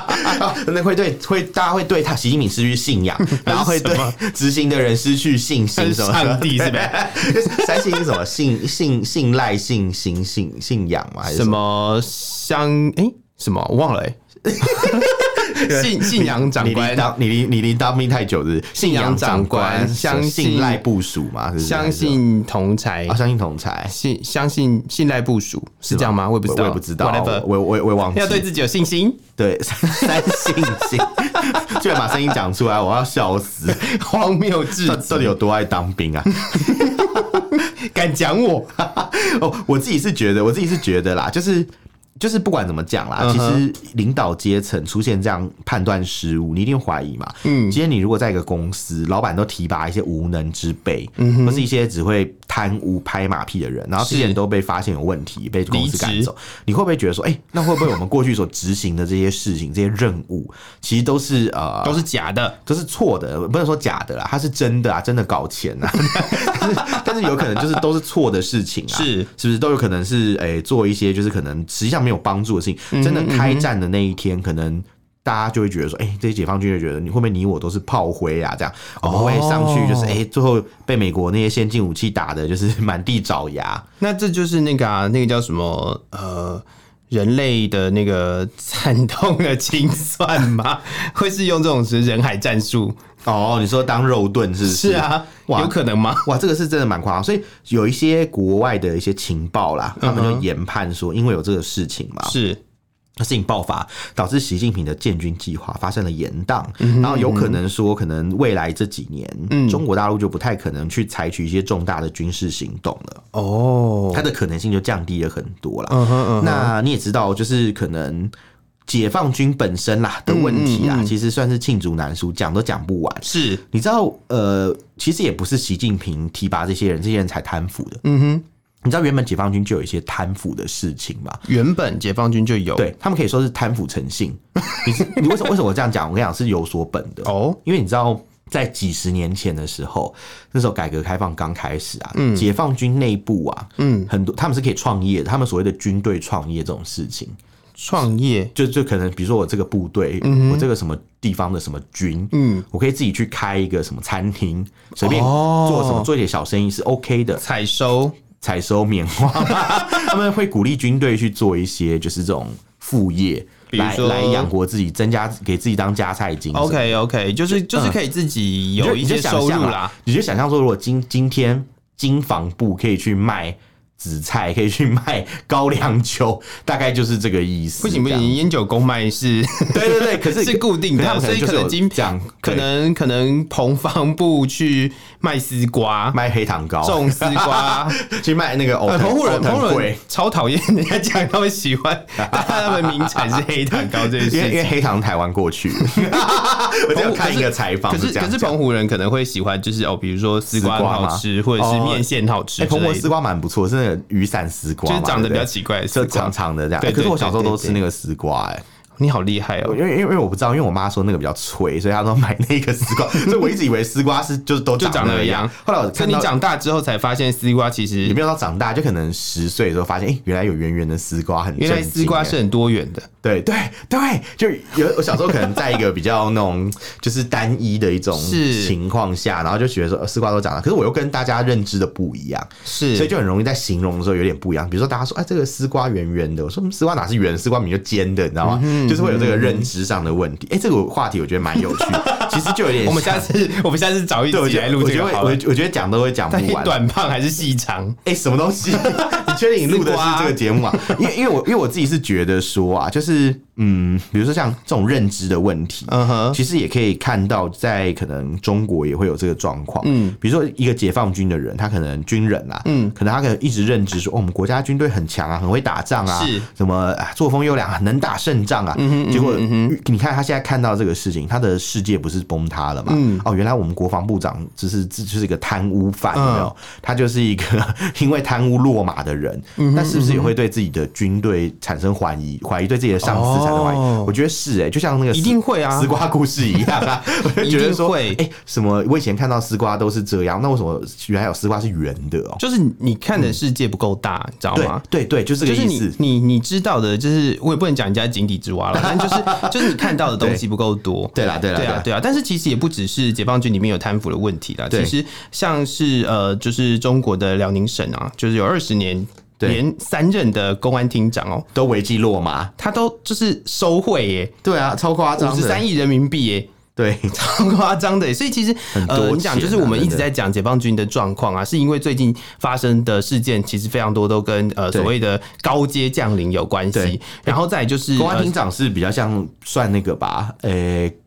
[SPEAKER 1] 那会对会大家会对他习近平失去信 仰，然后会对执行的人失去信心什么的
[SPEAKER 2] 上帝是呗？
[SPEAKER 1] 三信是什么？信信信赖、信心、信信仰吗？还是
[SPEAKER 2] 什？么相哎、什么我忘了 哎、欸，信信仰长
[SPEAKER 1] 你离
[SPEAKER 2] 官。啊
[SPEAKER 1] 当你离你离当兵太久是不是信
[SPEAKER 2] 仰长官
[SPEAKER 1] 相
[SPEAKER 2] 相信
[SPEAKER 1] 信赖部署嘛？是不是
[SPEAKER 2] 相信同
[SPEAKER 1] 还是什
[SPEAKER 2] 才
[SPEAKER 1] 么啊，相信同才。
[SPEAKER 2] 信相信信赖部署是这样吗？我也不知
[SPEAKER 1] 我
[SPEAKER 2] 道，
[SPEAKER 1] 我也不知道
[SPEAKER 2] whatever，
[SPEAKER 1] 我我我也忘记
[SPEAKER 2] 要对自己有 信心。
[SPEAKER 1] 对，三三信心，居然把声音讲出来，我要笑死！
[SPEAKER 2] 荒谬至
[SPEAKER 1] 到
[SPEAKER 2] 极
[SPEAKER 1] 到底有多爱当兵啊？
[SPEAKER 2] 敢讲我？
[SPEAKER 1] 哦，我自己是觉得，我自己是觉得啦，就是就是不管怎么讲啦，
[SPEAKER 2] 嗯
[SPEAKER 1] 其
[SPEAKER 2] 哼
[SPEAKER 1] 实领导阶层出现这样判断失误，你一定怀疑嘛。嗯，今天你如果在一个公司，老板都提拔一些无能之辈，或是一些只会贪污拍马屁的人，然后这些人
[SPEAKER 2] 嗯是
[SPEAKER 1] 都被发现有问题，被公司赶
[SPEAKER 2] 离职
[SPEAKER 1] 走，你会不会觉得说，哎、那会不会我们过去所执行的这些事情、这些任务，其实都是呃
[SPEAKER 2] 都是假的，
[SPEAKER 1] 这是错的，不能说假的啦，它是真的啊，真的搞钱啊， 但是但是有可能就是都是错的事情啊，
[SPEAKER 2] 是
[SPEAKER 1] 是不是都有可能是诶、做一些就是可能实际上没有帮助的事情，
[SPEAKER 2] 嗯
[SPEAKER 1] 真的开战的那一天可能。大家就会觉得说，哎、这些解放军就觉得你会不会你我都是炮灰啊？这样我们会上去就是，哎、
[SPEAKER 2] 哦
[SPEAKER 1] 最后被美国那些先进武器打的，就是满地找牙。
[SPEAKER 2] 那这就是那个啊，那个叫什么呃人类的那个惨痛的清算吗？ 会是用这种是人海战术？
[SPEAKER 1] 哦，你说当肉盾是不是？
[SPEAKER 2] 是，啊，
[SPEAKER 1] 哇
[SPEAKER 2] 有可能吗？
[SPEAKER 1] 哇，这个是真的蛮夸张。所以有一些国外的一些情报啦，
[SPEAKER 2] 嗯
[SPEAKER 1] 他们就研判说，因为有这个事情嘛，
[SPEAKER 2] 是，
[SPEAKER 1] 事情爆发，导致习近平的建军计划发生了延宕，
[SPEAKER 2] 嗯
[SPEAKER 1] 然后有可能说，可能未来这几年，中国大陆就不太可能去采取一些重大的军事行动了，
[SPEAKER 2] 哦，
[SPEAKER 1] 它的可能性就降低了很多啦。
[SPEAKER 2] 嗯哼嗯哼，
[SPEAKER 1] 那你也知道，就是可能。解放军本身啦的问题
[SPEAKER 2] 嗯
[SPEAKER 1] 啦，其实算是罄竹难书，讲都讲不完。
[SPEAKER 2] 是，
[SPEAKER 1] 你知道，呃，其实也不是习近平提拔这些人，这些人才贪腐的。
[SPEAKER 2] 嗯哼，
[SPEAKER 1] 你知道，原本解放军就有一些贪腐的事情嘛？
[SPEAKER 2] 原本解放军就有，，
[SPEAKER 1] 对他们可以说是贪腐成性。你是你为什么为什么我这样讲？我跟你讲是有所本的，
[SPEAKER 2] 哦，
[SPEAKER 1] 因为你知道。在几十年前的时候，那时候改革开放刚开始啊，解放军内部啊，
[SPEAKER 2] 嗯，
[SPEAKER 1] 很多他们是可以创业的，他们所谓的军队创业这种事情，
[SPEAKER 2] 创业，
[SPEAKER 1] 就就可能比如说我这个部队，我这个什么地方的什么军，
[SPEAKER 2] 嗯，
[SPEAKER 1] 我可以自己去开一个什么餐厅，随便
[SPEAKER 2] 哦
[SPEAKER 1] 做什么、做一点小生意是 OK 的，
[SPEAKER 2] 采收，
[SPEAKER 1] 采收棉花， 他们会鼓励军队去做一些就是这种副业，
[SPEAKER 2] 比如
[SPEAKER 1] 来
[SPEAKER 2] 说
[SPEAKER 1] 来养活自己，增加给自己当家菜金。
[SPEAKER 2] OK OK，就是就是可以自己有一些收入啦。，
[SPEAKER 1] 嗯你就想象啊说，如果今今天金纺布可以去卖紫菜，可以去卖高粱酒， 大概就是这个意思。
[SPEAKER 2] 不行不
[SPEAKER 1] 这样
[SPEAKER 2] 行，，烟酒公卖是
[SPEAKER 1] 对对对，可是
[SPEAKER 2] 是固定
[SPEAKER 1] 可是他们可
[SPEAKER 2] 的，所
[SPEAKER 1] 能
[SPEAKER 2] 以
[SPEAKER 1] 就
[SPEAKER 2] 可
[SPEAKER 1] 是有
[SPEAKER 2] 能金
[SPEAKER 1] 讲
[SPEAKER 2] 可
[SPEAKER 1] 对
[SPEAKER 2] 能可能彭方部去卖丝 瓜、
[SPEAKER 1] 卖黑糖糕，
[SPEAKER 2] 种丝 瓜。
[SPEAKER 1] 去卖那个藕
[SPEAKER 2] 呃，
[SPEAKER 1] 藤
[SPEAKER 2] 澎湖人，
[SPEAKER 1] 藕藤
[SPEAKER 2] 澎湖人
[SPEAKER 1] 贵
[SPEAKER 2] 超讨厌人家讲他们喜 欢，但他们名产是黑糖糕这件
[SPEAKER 1] 因为
[SPEAKER 2] 事
[SPEAKER 1] 因为
[SPEAKER 2] 情。
[SPEAKER 1] 黑糖台湾过 去，我只有看一个采访
[SPEAKER 2] 可
[SPEAKER 1] 是
[SPEAKER 2] 是
[SPEAKER 1] 这样
[SPEAKER 2] 可是
[SPEAKER 1] 讲。
[SPEAKER 2] 澎湖人可能会喜欢，就是哦，比如说丝瓜
[SPEAKER 1] 丝瓜
[SPEAKER 2] 很
[SPEAKER 1] 吗
[SPEAKER 2] 好吃，或者是
[SPEAKER 1] 哦
[SPEAKER 2] 面线好吃
[SPEAKER 1] 哎，
[SPEAKER 2] 之
[SPEAKER 1] 澎湖
[SPEAKER 2] 类
[SPEAKER 1] 丝
[SPEAKER 2] 的，
[SPEAKER 1] 瓜蛮不错，是那个雨伞丝瓜
[SPEAKER 2] 就
[SPEAKER 1] 嘛，
[SPEAKER 2] 是长得比
[SPEAKER 1] 对
[SPEAKER 2] 较
[SPEAKER 1] 不对
[SPEAKER 2] 奇怪的丝
[SPEAKER 1] 就
[SPEAKER 2] 瓜
[SPEAKER 1] 长。长的这样。
[SPEAKER 2] 对
[SPEAKER 1] 哎可是
[SPEAKER 2] 对
[SPEAKER 1] 我小时候
[SPEAKER 2] 对
[SPEAKER 1] 都
[SPEAKER 2] 对
[SPEAKER 1] 吃那个丝瓜，哎，
[SPEAKER 2] 你好厉害哦！
[SPEAKER 1] 因为因为我不知道，因为我妈说那个比较脆，所以她说买那个丝 瓜，所以我一直以为丝瓜是就是都
[SPEAKER 2] 就长
[SPEAKER 1] 那
[SPEAKER 2] 那
[SPEAKER 1] 样
[SPEAKER 2] 样。
[SPEAKER 1] 后来我
[SPEAKER 2] 可
[SPEAKER 1] 看
[SPEAKER 2] 你
[SPEAKER 1] 到。
[SPEAKER 2] 长大之后才发现，丝瓜其
[SPEAKER 1] 也
[SPEAKER 2] 实
[SPEAKER 1] 没有到长大，就可能十岁的时候发现，哎、原来有圆圆的丝瓜很
[SPEAKER 2] 原来
[SPEAKER 1] 震
[SPEAKER 2] 丝
[SPEAKER 1] 惊
[SPEAKER 2] 瓜
[SPEAKER 1] 哎
[SPEAKER 2] 是很多元的。
[SPEAKER 1] 对对对，就有我小时候可能在一个比较那种就是单一的一种
[SPEAKER 2] 是
[SPEAKER 1] 情况下，然后就觉得说呃丝瓜都长了，可是我又跟大家认知的不一样，
[SPEAKER 2] 是，
[SPEAKER 1] 所以就很容易在形容的时候有点不一样。比如说大家说哎、这个丝瓜圆圆的，我说嗯丝瓜哪是圆，丝瓜明明就尖的，你知道吗？
[SPEAKER 2] 嗯
[SPEAKER 1] 就是会有这个认知上的问题。哎、这个话题我觉得蛮有趣，其实就有点
[SPEAKER 2] 我们
[SPEAKER 1] 像
[SPEAKER 2] 下次 我们下次找一
[SPEAKER 1] 对我
[SPEAKER 2] 集
[SPEAKER 1] 觉
[SPEAKER 2] 来
[SPEAKER 1] 得
[SPEAKER 2] 录
[SPEAKER 1] 我
[SPEAKER 2] 这
[SPEAKER 1] 觉得
[SPEAKER 2] 个好
[SPEAKER 1] 我
[SPEAKER 2] 了。
[SPEAKER 1] 我觉得讲都会讲
[SPEAKER 2] 到
[SPEAKER 1] 不
[SPEAKER 2] 底
[SPEAKER 1] 完，
[SPEAKER 2] 短胖还是细长？
[SPEAKER 1] 哎、什么东 西？你确定你录的是这个节目啊？因为因为我因为我自己是觉得说啊，就是嗯，比如说像这种认知的问题。
[SPEAKER 2] 嗯哼，
[SPEAKER 1] 其实也可以看到，在可能中国也会有这个状况。嗯，比如说一个解放军的人，他可能军人啊，嗯，可能他可能一直认知说，哦，我们国家军队很强啊，很会打仗啊，
[SPEAKER 2] 是嗯
[SPEAKER 1] 什么啊作风优良啊，能打胜仗啊。结果你看他现在看到这个事情，他的世界不是崩塌了嘛？
[SPEAKER 2] 嗯
[SPEAKER 1] 哦，原来我们国防部长只是只就是一个贪污犯，有没
[SPEAKER 2] 嗯
[SPEAKER 1] 有？他就是一个 因为贪污落马的人，
[SPEAKER 2] 嗯
[SPEAKER 1] 那是不是也会对自己的军队产生怀疑？怀疑对自己的上司产生怀疑
[SPEAKER 2] 哦？
[SPEAKER 1] 我觉得是哎，就像那个
[SPEAKER 2] 一定会啊
[SPEAKER 1] 丝，瓜故事一样 啊，我就觉得说，
[SPEAKER 2] 一
[SPEAKER 1] 哎、
[SPEAKER 2] 定会
[SPEAKER 1] 什么？我以前看到丝瓜都是这样，那为什么原来有丝瓜是圆的哦、
[SPEAKER 2] 就是你看的世界不够大，你知道吗？
[SPEAKER 1] 对对嗯对，就是这
[SPEAKER 2] 就
[SPEAKER 1] 个
[SPEAKER 2] 是
[SPEAKER 1] 意
[SPEAKER 2] 你
[SPEAKER 1] 思。
[SPEAKER 2] 你你知道的，就是我也不能讲人家井底之蛙了，但就是 就是你看到的东西不够多。
[SPEAKER 1] 对啦对啦
[SPEAKER 2] 对啊，
[SPEAKER 1] 对
[SPEAKER 2] 对啊，但是其实也不只是解放军里面有贪腐的问题啦，
[SPEAKER 1] 对
[SPEAKER 2] 其实像是呃，就是中国的辽宁省啊，就是有二十年
[SPEAKER 1] 对
[SPEAKER 2] 连三任的公安厅长哦、
[SPEAKER 1] 都违纪落马。
[SPEAKER 2] 他都就是收贿耶、
[SPEAKER 1] 对啊，超夸张
[SPEAKER 2] 五
[SPEAKER 1] 的。
[SPEAKER 2] 十三亿人民币 耶、
[SPEAKER 1] 对，
[SPEAKER 2] 超夸张的耶，所以其实
[SPEAKER 1] 多
[SPEAKER 2] 呃，你讲
[SPEAKER 1] 钱
[SPEAKER 2] 就是
[SPEAKER 1] 啊
[SPEAKER 2] 我们一
[SPEAKER 1] 真
[SPEAKER 2] 直
[SPEAKER 1] 的
[SPEAKER 2] 在讲解放军的状况啊，是因为最近发生的事件其实非常多都跟呃
[SPEAKER 1] 对
[SPEAKER 2] 所谓的高阶将领有关系
[SPEAKER 1] 对，
[SPEAKER 2] 然后再来就是
[SPEAKER 1] 公安
[SPEAKER 2] 呃
[SPEAKER 1] 厅长是比较像算那个吧，呃、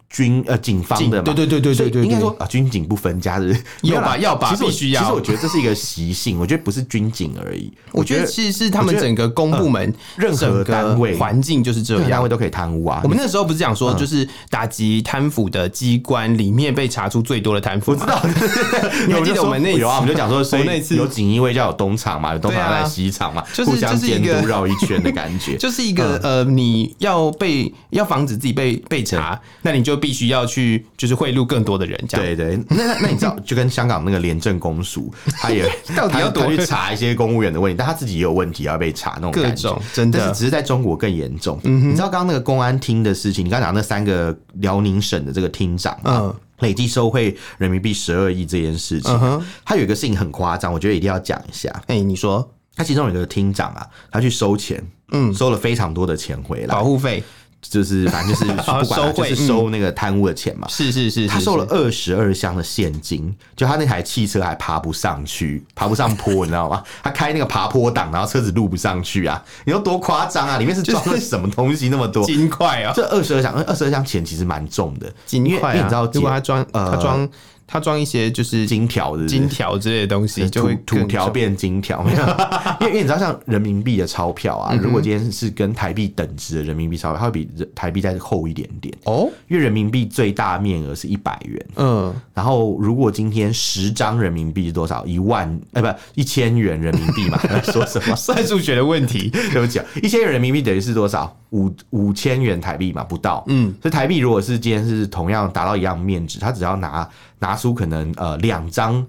[SPEAKER 1] 军呃警方
[SPEAKER 2] 警
[SPEAKER 1] 的嘛。
[SPEAKER 2] 对对对对
[SPEAKER 1] 所以
[SPEAKER 2] 对对
[SPEAKER 1] 应该
[SPEAKER 2] 对
[SPEAKER 1] 说啊，军警不分家的，
[SPEAKER 2] 要吧
[SPEAKER 1] 没有啦
[SPEAKER 2] 要吧
[SPEAKER 1] 其实我
[SPEAKER 2] 必须要
[SPEAKER 1] 其实我觉得这是一个习性，我觉得不是军警而已。
[SPEAKER 2] 我觉得其实是他们整个公部门、
[SPEAKER 1] 嗯任何
[SPEAKER 2] 整个
[SPEAKER 1] 单位
[SPEAKER 2] 环境就是这
[SPEAKER 1] 各个单
[SPEAKER 2] 样
[SPEAKER 1] 位。都可以贪污啊。
[SPEAKER 2] 我们那时候不是讲说，就是打击贪腐的机关里面被查出最多的贪腐
[SPEAKER 1] 我
[SPEAKER 2] 吗
[SPEAKER 1] 知道，
[SPEAKER 2] 你还
[SPEAKER 1] 有
[SPEAKER 2] 记得我们那一次
[SPEAKER 1] 有啊，我们就讲说，所
[SPEAKER 2] 我那一
[SPEAKER 1] 以
[SPEAKER 2] 次
[SPEAKER 1] 有锦衣卫就要有东厂嘛，有东厂
[SPEAKER 2] 对啊
[SPEAKER 1] 在西厂嘛，
[SPEAKER 2] 就是
[SPEAKER 1] 互相
[SPEAKER 2] 就是一
[SPEAKER 1] 监
[SPEAKER 2] 个
[SPEAKER 1] 督绕一圈的感觉。
[SPEAKER 2] 就是一个、
[SPEAKER 1] 嗯
[SPEAKER 2] 呃，你要被要防止自己被被查，那你就必须要去就是贿赂更多的人，这样
[SPEAKER 1] 对对，那那那你知道，就跟香港那个廉政公署，他也
[SPEAKER 2] 到底要
[SPEAKER 1] 他
[SPEAKER 2] 多
[SPEAKER 1] 他去查一些公务员的问题，但他自己也有问题要被查那种
[SPEAKER 2] 各
[SPEAKER 1] 感觉
[SPEAKER 2] 种。真
[SPEAKER 1] 但是
[SPEAKER 2] 的嗯
[SPEAKER 1] 只是在中国更严重。你知道刚刚那个公安厅的事情，你刚刚讲那三个辽宁省的这个厅长，
[SPEAKER 2] 嗯嗯
[SPEAKER 1] 嗯，累计收贿人民币十二亿这件事情，他有一个事情很夸张，我觉得一定要讲一下。
[SPEAKER 2] 哎、你说
[SPEAKER 1] 他其中有一个厅长啊，他去收钱，嗯，收了非常多的钱回来
[SPEAKER 2] 保，护费
[SPEAKER 1] 就是反 正就是不管
[SPEAKER 2] 收
[SPEAKER 1] 他，就
[SPEAKER 2] 贿
[SPEAKER 1] 是收那个贪污的钱嘛。
[SPEAKER 2] 是是是，
[SPEAKER 1] 啊他
[SPEAKER 2] 是
[SPEAKER 1] 收了
[SPEAKER 2] 是
[SPEAKER 1] 二十二箱的现金，就他那台汽车还爬不上去，爬不上坡，你知道吗？ 他开那个爬坡档，然后车子录不上去啊！你说多夸张啊！里面是装了什么东西那么 多？
[SPEAKER 2] 金块啊，
[SPEAKER 1] 这二十二箱，二十二箱钱其实蛮重的，
[SPEAKER 2] 金
[SPEAKER 1] 因为
[SPEAKER 2] 块
[SPEAKER 1] 因为你知道
[SPEAKER 2] 啊，
[SPEAKER 1] 解，
[SPEAKER 2] 如果他装他装他装一些就是
[SPEAKER 1] 金条的
[SPEAKER 2] 金条之类的东西，就
[SPEAKER 1] 土
[SPEAKER 2] 会
[SPEAKER 1] 土
[SPEAKER 2] 更
[SPEAKER 1] 条
[SPEAKER 2] 重
[SPEAKER 1] 变金条，没有 因为因为你知道，像人民币的钞票啊，
[SPEAKER 2] 嗯
[SPEAKER 1] 如果今天是跟台币等值的人民币钞票，它会比人台币再厚一点点，
[SPEAKER 2] 哦，
[SPEAKER 1] 因为人民币最大面额是一百元。
[SPEAKER 2] 嗯，
[SPEAKER 1] 然后，如果今天十张人民币是多少？一万，哎、不，一千元人民币嘛？ 说什么？
[SPEAKER 2] 算数学的问题，
[SPEAKER 1] 对不起啊，一千元人民币等于是多少？五五千元台币嘛，不到。嗯，所以台币如果是今天是同样达到一样面值，他只要拿拿出可能呃两张。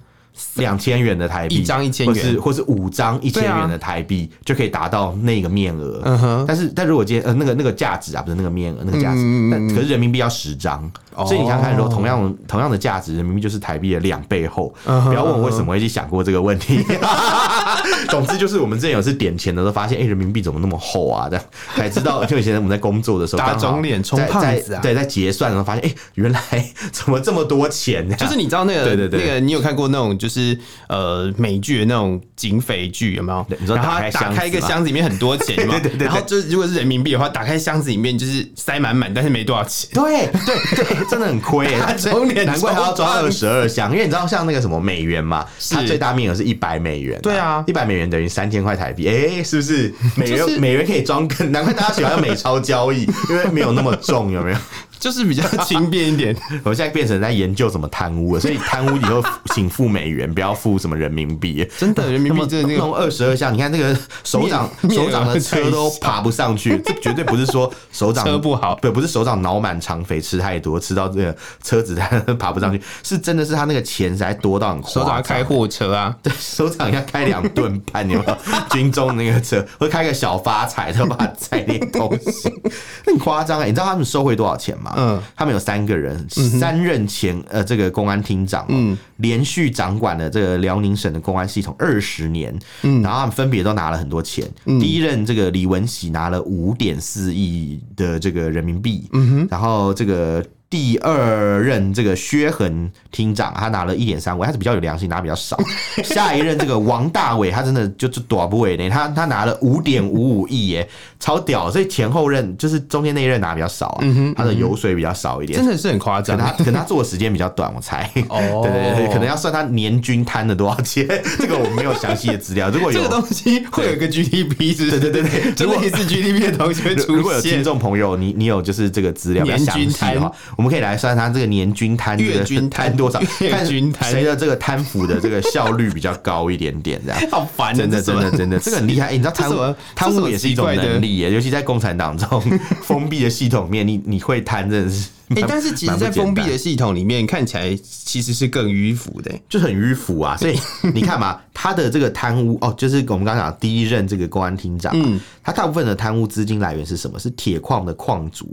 [SPEAKER 1] 两千元的台币，
[SPEAKER 2] 一张1000
[SPEAKER 1] 或
[SPEAKER 2] 元
[SPEAKER 1] 是或是五张一千
[SPEAKER 2] 对啊
[SPEAKER 1] 元的台币，就可以达到那个面额。
[SPEAKER 2] 嗯哼
[SPEAKER 1] 但是，但如果今天呃那个那个价值啊，不是那个面额，那个价值，
[SPEAKER 2] 嗯
[SPEAKER 1] 但可是人民币要十张，
[SPEAKER 2] 哦
[SPEAKER 1] 所以你想想看，如果同样同样的价值，人民币就是台币的两倍厚。
[SPEAKER 2] 嗯
[SPEAKER 1] 不要问我为什么会去想过这个问题。 总之就是我们之前有次点钱的时候，发现哎、诶人民币怎么那么厚啊？这样才知道，就以前我们在工作的时候，
[SPEAKER 2] 打
[SPEAKER 1] 刚好
[SPEAKER 2] 肿脸充
[SPEAKER 1] 在
[SPEAKER 2] 胖
[SPEAKER 1] 在
[SPEAKER 2] 子啊
[SPEAKER 1] 对，在结算的时候发现，哎、原来 怎么这么多钱、啊？
[SPEAKER 2] 就是你知道那个
[SPEAKER 1] 对对对
[SPEAKER 2] 那个，你有看过那种就是呃美剧的那种警匪剧有没有
[SPEAKER 1] 对？你说
[SPEAKER 2] 然后
[SPEAKER 1] 打
[SPEAKER 2] 他
[SPEAKER 1] 开
[SPEAKER 2] 打
[SPEAKER 1] 箱
[SPEAKER 2] 开一
[SPEAKER 1] 子
[SPEAKER 2] 个
[SPEAKER 1] 嘛
[SPEAKER 2] 箱子里面很多钱 嘛，
[SPEAKER 1] 对对对对
[SPEAKER 2] 然后就是如果是人民币的话，打开箱子里面就是塞满满，但是没多少钱。
[SPEAKER 1] 对对对，欸真的很亏、欸，他
[SPEAKER 2] 肿脸
[SPEAKER 1] 难怪他要装
[SPEAKER 2] 超
[SPEAKER 1] 二
[SPEAKER 2] 胖
[SPEAKER 1] 十二箱，因为你知道像那个什么美元嘛，它
[SPEAKER 2] 是
[SPEAKER 1] 最大面额是一百美元、
[SPEAKER 2] 对啊
[SPEAKER 1] 一百美元等于三千块台币，哎、是不是？美元、
[SPEAKER 2] 就是
[SPEAKER 1] 美元可以装更，难怪大家喜欢用美钞交易，因为没有那么重，有没有？
[SPEAKER 2] 就是比较轻便一点，
[SPEAKER 1] 我现在变成在研究怎么贪污了，所以贪污以后请付美元，不要付什么人民币。
[SPEAKER 2] 真的人民币真的那个
[SPEAKER 1] 弄二十二项，你看那个手掌
[SPEAKER 2] 面
[SPEAKER 1] 手掌的车都爬不上 去，这绝对不是说手掌
[SPEAKER 2] 车不好
[SPEAKER 1] 对，不是手掌脑满肠肥吃太多，吃到这个车子它 爬不上去，是真的是他那个钱实在多到很
[SPEAKER 2] 手掌
[SPEAKER 1] 夸
[SPEAKER 2] 要
[SPEAKER 1] 张
[SPEAKER 2] 开。货车啊，
[SPEAKER 1] 对，手掌要开两吨半，你有没 有？军中那个车会开个小发财，他把它载那些东西， 很夸张哎！你知道他们收回多少钱吗？嗯
[SPEAKER 2] 嗯，
[SPEAKER 1] 他们有三个人，三任前呃这个公安厅长、嗯，连续掌管了这个辽宁省的公安系统二十年，嗯，然后他们分别都拿了很多钱。第一任这个李文喜拿了五点四亿的这个人民币，嗯哼，然后这个。第二任这个薛恒厅长，他拿了一点三五，他是比较有良心，拿比较少。下一任这个王大伟，他真的就就短不尾呢，他他拿了五点五五亿耶，超屌！所以前后任就是中间那一任拿比较少啊，他的油水比较少一点
[SPEAKER 2] 真。的是很夸
[SPEAKER 1] 可
[SPEAKER 2] 张
[SPEAKER 1] 能。他可能他做的时间比较短，我猜。
[SPEAKER 2] 哦
[SPEAKER 1] 对对对，可能要算他年均摊了多少钱，这个我没有详细的资料。如果
[SPEAKER 2] 这
[SPEAKER 1] 有
[SPEAKER 2] 个东西会有一个 GDP，是不
[SPEAKER 1] 对
[SPEAKER 2] 是？
[SPEAKER 1] 对对对，
[SPEAKER 2] 就类似 GDP 的东西会
[SPEAKER 1] 如如
[SPEAKER 2] 出
[SPEAKER 1] 果有听
[SPEAKER 2] 现。
[SPEAKER 1] 众朋友，你你有就是这个资料比较
[SPEAKER 2] 年
[SPEAKER 1] 详
[SPEAKER 2] 均
[SPEAKER 1] 细的话
[SPEAKER 2] 摊，
[SPEAKER 1] 我们可以来算他这个年均摊、这个
[SPEAKER 2] 月均摊
[SPEAKER 1] 摊多少，
[SPEAKER 2] 月
[SPEAKER 1] 看
[SPEAKER 2] 均摊
[SPEAKER 1] 谁的这个贪腐的这个效率比较高一点点，这样。
[SPEAKER 2] 好烦啊，
[SPEAKER 1] 真的，
[SPEAKER 2] 这
[SPEAKER 1] 真
[SPEAKER 2] 什么
[SPEAKER 1] 的，真的，这个很厉害。欸你知道贪
[SPEAKER 2] 这什
[SPEAKER 1] 污
[SPEAKER 2] 么，
[SPEAKER 1] 贪
[SPEAKER 2] 这什
[SPEAKER 1] 污
[SPEAKER 2] 么
[SPEAKER 1] 也是一种
[SPEAKER 2] 奇怪的
[SPEAKER 1] 能力耶，尤其在共产党这种 封闭的系统里面，你你会贪真的是蛮，
[SPEAKER 2] 哎、但是其实，
[SPEAKER 1] 蛮不
[SPEAKER 2] 在封
[SPEAKER 1] 简
[SPEAKER 2] 闭
[SPEAKER 1] 单
[SPEAKER 2] 的系统里面，看起来其实是更迂腐的、
[SPEAKER 1] 就是很迂腐 啊。所以你看嘛，他的这个贪污哦，就是我们刚刚讲第一任这个公安厅长、嗯，他大部分的贪污资金来源是什么？是铁矿的矿主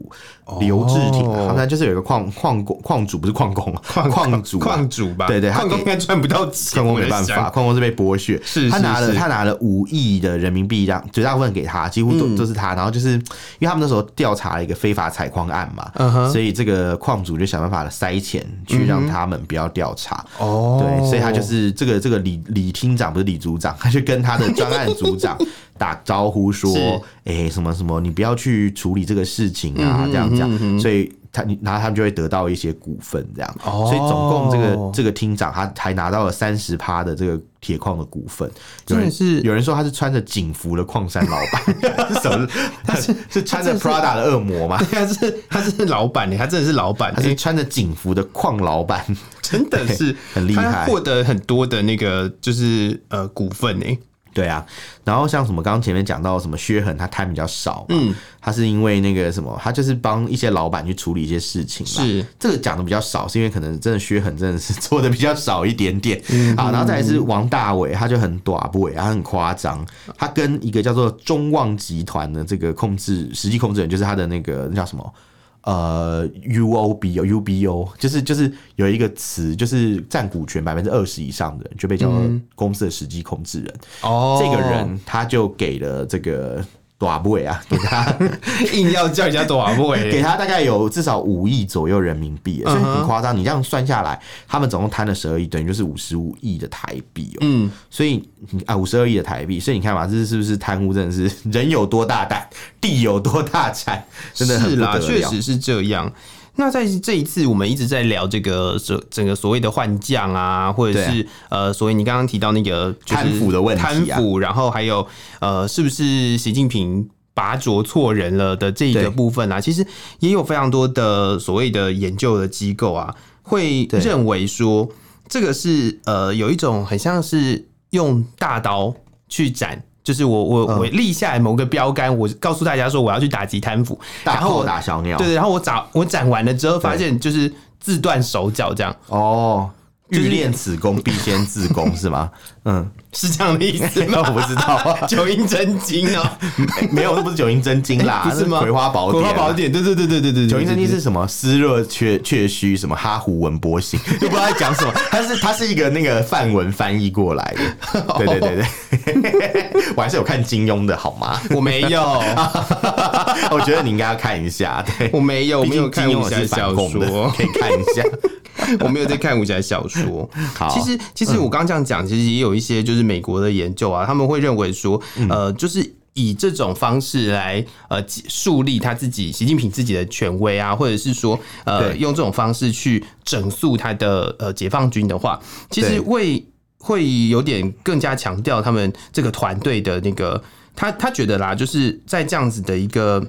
[SPEAKER 1] 刘志廷、啊，
[SPEAKER 2] 哦
[SPEAKER 1] 他们就是有一个矿矿工矿主，不是矿工啊，矿主、啊、
[SPEAKER 2] 矿主吧？
[SPEAKER 1] 对对他
[SPEAKER 2] 矿工应该赚不到钱，
[SPEAKER 1] 矿工没办
[SPEAKER 2] 我在
[SPEAKER 1] 法，
[SPEAKER 2] 想。
[SPEAKER 1] 矿工是被剥削。
[SPEAKER 2] 是
[SPEAKER 1] 他
[SPEAKER 2] 是
[SPEAKER 1] 拿了
[SPEAKER 2] 是
[SPEAKER 1] 他拿了五亿的人民币，让绝大部分给他，几乎都、
[SPEAKER 2] 嗯
[SPEAKER 1] 都是他。然后就是因为他们那时候调查了一个非法采矿案嘛，
[SPEAKER 2] 嗯哼
[SPEAKER 1] 所以这个矿主就想办法塞钱去让他们不要调查。
[SPEAKER 2] 哦
[SPEAKER 1] 对，所以他就是这个这个李李厅长不是李组长，他就跟他的专案组 长打招呼说
[SPEAKER 2] 是：“
[SPEAKER 1] 哎、什么什么，你不要去处理这个事情啊，
[SPEAKER 2] 嗯
[SPEAKER 1] 这样这样。”所以他你然后他们就会得到一些股份这样，
[SPEAKER 2] 哦
[SPEAKER 1] 所以总共这个这个厅长他还拿到了三十趴的这个铁矿的股份，有
[SPEAKER 2] 真的
[SPEAKER 1] 人
[SPEAKER 2] 是
[SPEAKER 1] 有人说他是穿着警服的矿山老 板，是什么？是是穿着
[SPEAKER 2] 他真的是
[SPEAKER 1] Prada 的恶魔 吗？
[SPEAKER 2] 他是他是老板呢，他真的是老板
[SPEAKER 1] 他
[SPEAKER 2] 欸，
[SPEAKER 1] 是穿着警服的矿老板，
[SPEAKER 2] 真的是
[SPEAKER 1] 对很厉害
[SPEAKER 2] 他获得很多的那个就是呃股份呢。
[SPEAKER 1] 对啊，然后像什么刚刚前面讲到什么薛恒，他贪比较少嘛，他是因为那个什么，他就是帮一些老板去处理一些事情嘛。
[SPEAKER 2] 是
[SPEAKER 1] 这个讲的比较少，是因为可能真的薛恒真的是 做的比较少一点点啊。然后再来是王大伟，他就很短不伟，他很夸张，他跟一个叫做中旺集团的这个控制实际控制人，就是他的那个那叫什么？呃 UOB 哦 UBO，就是就是有一个词，就是占股权百分之二十以上的人就被叫做公司的实际控制人。
[SPEAKER 2] 哦
[SPEAKER 1] 这个 人他就给了这个短位啊， 给 他
[SPEAKER 2] 硬要叫人家多少
[SPEAKER 1] 给
[SPEAKER 2] 位，
[SPEAKER 1] 他大概有至少五亿左右人民币，啊
[SPEAKER 2] 嗯
[SPEAKER 1] 所以很夸张。你这样算下来，他们总共贪了十二亿，等于就是五十五亿的台币哦、
[SPEAKER 2] 嗯，
[SPEAKER 1] 所以你啊，五十二亿的台币，所以你看嘛，这是不是贪污？真的是人有多大胆，地有多大产，真的很
[SPEAKER 2] 是
[SPEAKER 1] 不
[SPEAKER 2] 啦，
[SPEAKER 1] 得
[SPEAKER 2] 确
[SPEAKER 1] 了。
[SPEAKER 2] 实是这样。那在这一次，我们一直在聊这个整整个所谓的换将啊，或者是、呃，所以你刚刚提到那个就是
[SPEAKER 1] 贪腐的问题啊
[SPEAKER 2] 贪腐，然后还有呃，是不是习近平拔擢错人了的这一
[SPEAKER 1] 对
[SPEAKER 2] 个部分啊，其实也有非常多的所谓的研究的机构啊，会
[SPEAKER 1] 对
[SPEAKER 2] 认为说这个是呃有一种很像是用大刀去斩。就是我我
[SPEAKER 1] 嗯
[SPEAKER 2] 我立下来某个标杆，我告诉大家说我要去打击贪腐，
[SPEAKER 1] 大
[SPEAKER 2] 然后
[SPEAKER 1] 炮
[SPEAKER 2] 我
[SPEAKER 1] 打小鸟，
[SPEAKER 2] 对对，然后我斩我斩完了之后，发现就是自断手脚，这样
[SPEAKER 1] 哦，
[SPEAKER 2] 就是
[SPEAKER 1] 欲练此功，必先自宫，是 吗？嗯，
[SPEAKER 2] 是这样的意思吗？
[SPEAKER 1] 我不知道，
[SPEAKER 2] 九阴真经哦，
[SPEAKER 1] 没有，那不是九阴真经啦，
[SPEAKER 2] 哎不是吗？
[SPEAKER 1] 那葵花宝典，啊
[SPEAKER 2] 葵花宝。典，对对对对对对，
[SPEAKER 1] 九阴真经
[SPEAKER 2] 对
[SPEAKER 1] 是什么？湿热却却虚，什么哈胡文波形，又不知道在讲什么。它是它是一个那个范文翻译过来的，对对对 对。我还是有看金庸的好吗？
[SPEAKER 2] 对对我没有，
[SPEAKER 1] 我觉得你应该要看一下，对，
[SPEAKER 2] 我没有，我
[SPEAKER 1] 毕
[SPEAKER 2] 没有
[SPEAKER 1] 竟金
[SPEAKER 2] 看武
[SPEAKER 1] 庸
[SPEAKER 2] 侠
[SPEAKER 1] 是
[SPEAKER 2] 小
[SPEAKER 1] 反共的
[SPEAKER 2] 说，，
[SPEAKER 1] 可以看一下。
[SPEAKER 2] 我没有在看武侠小说。
[SPEAKER 1] 好，
[SPEAKER 2] 其实，其实我刚刚这样讲，其实也有一些就是美国的研究啊，他们会认为说，
[SPEAKER 1] 嗯
[SPEAKER 2] 呃，就是以这种方式来呃几树立他自己习近平自己的权威啊，或者是说呃
[SPEAKER 1] 对
[SPEAKER 2] 用这种方式去整肃他的呃解放军的话，其
[SPEAKER 1] 对
[SPEAKER 2] 实会会有点更加强调他们这个团队的那个，他他觉得啦，就是在这样子的一个。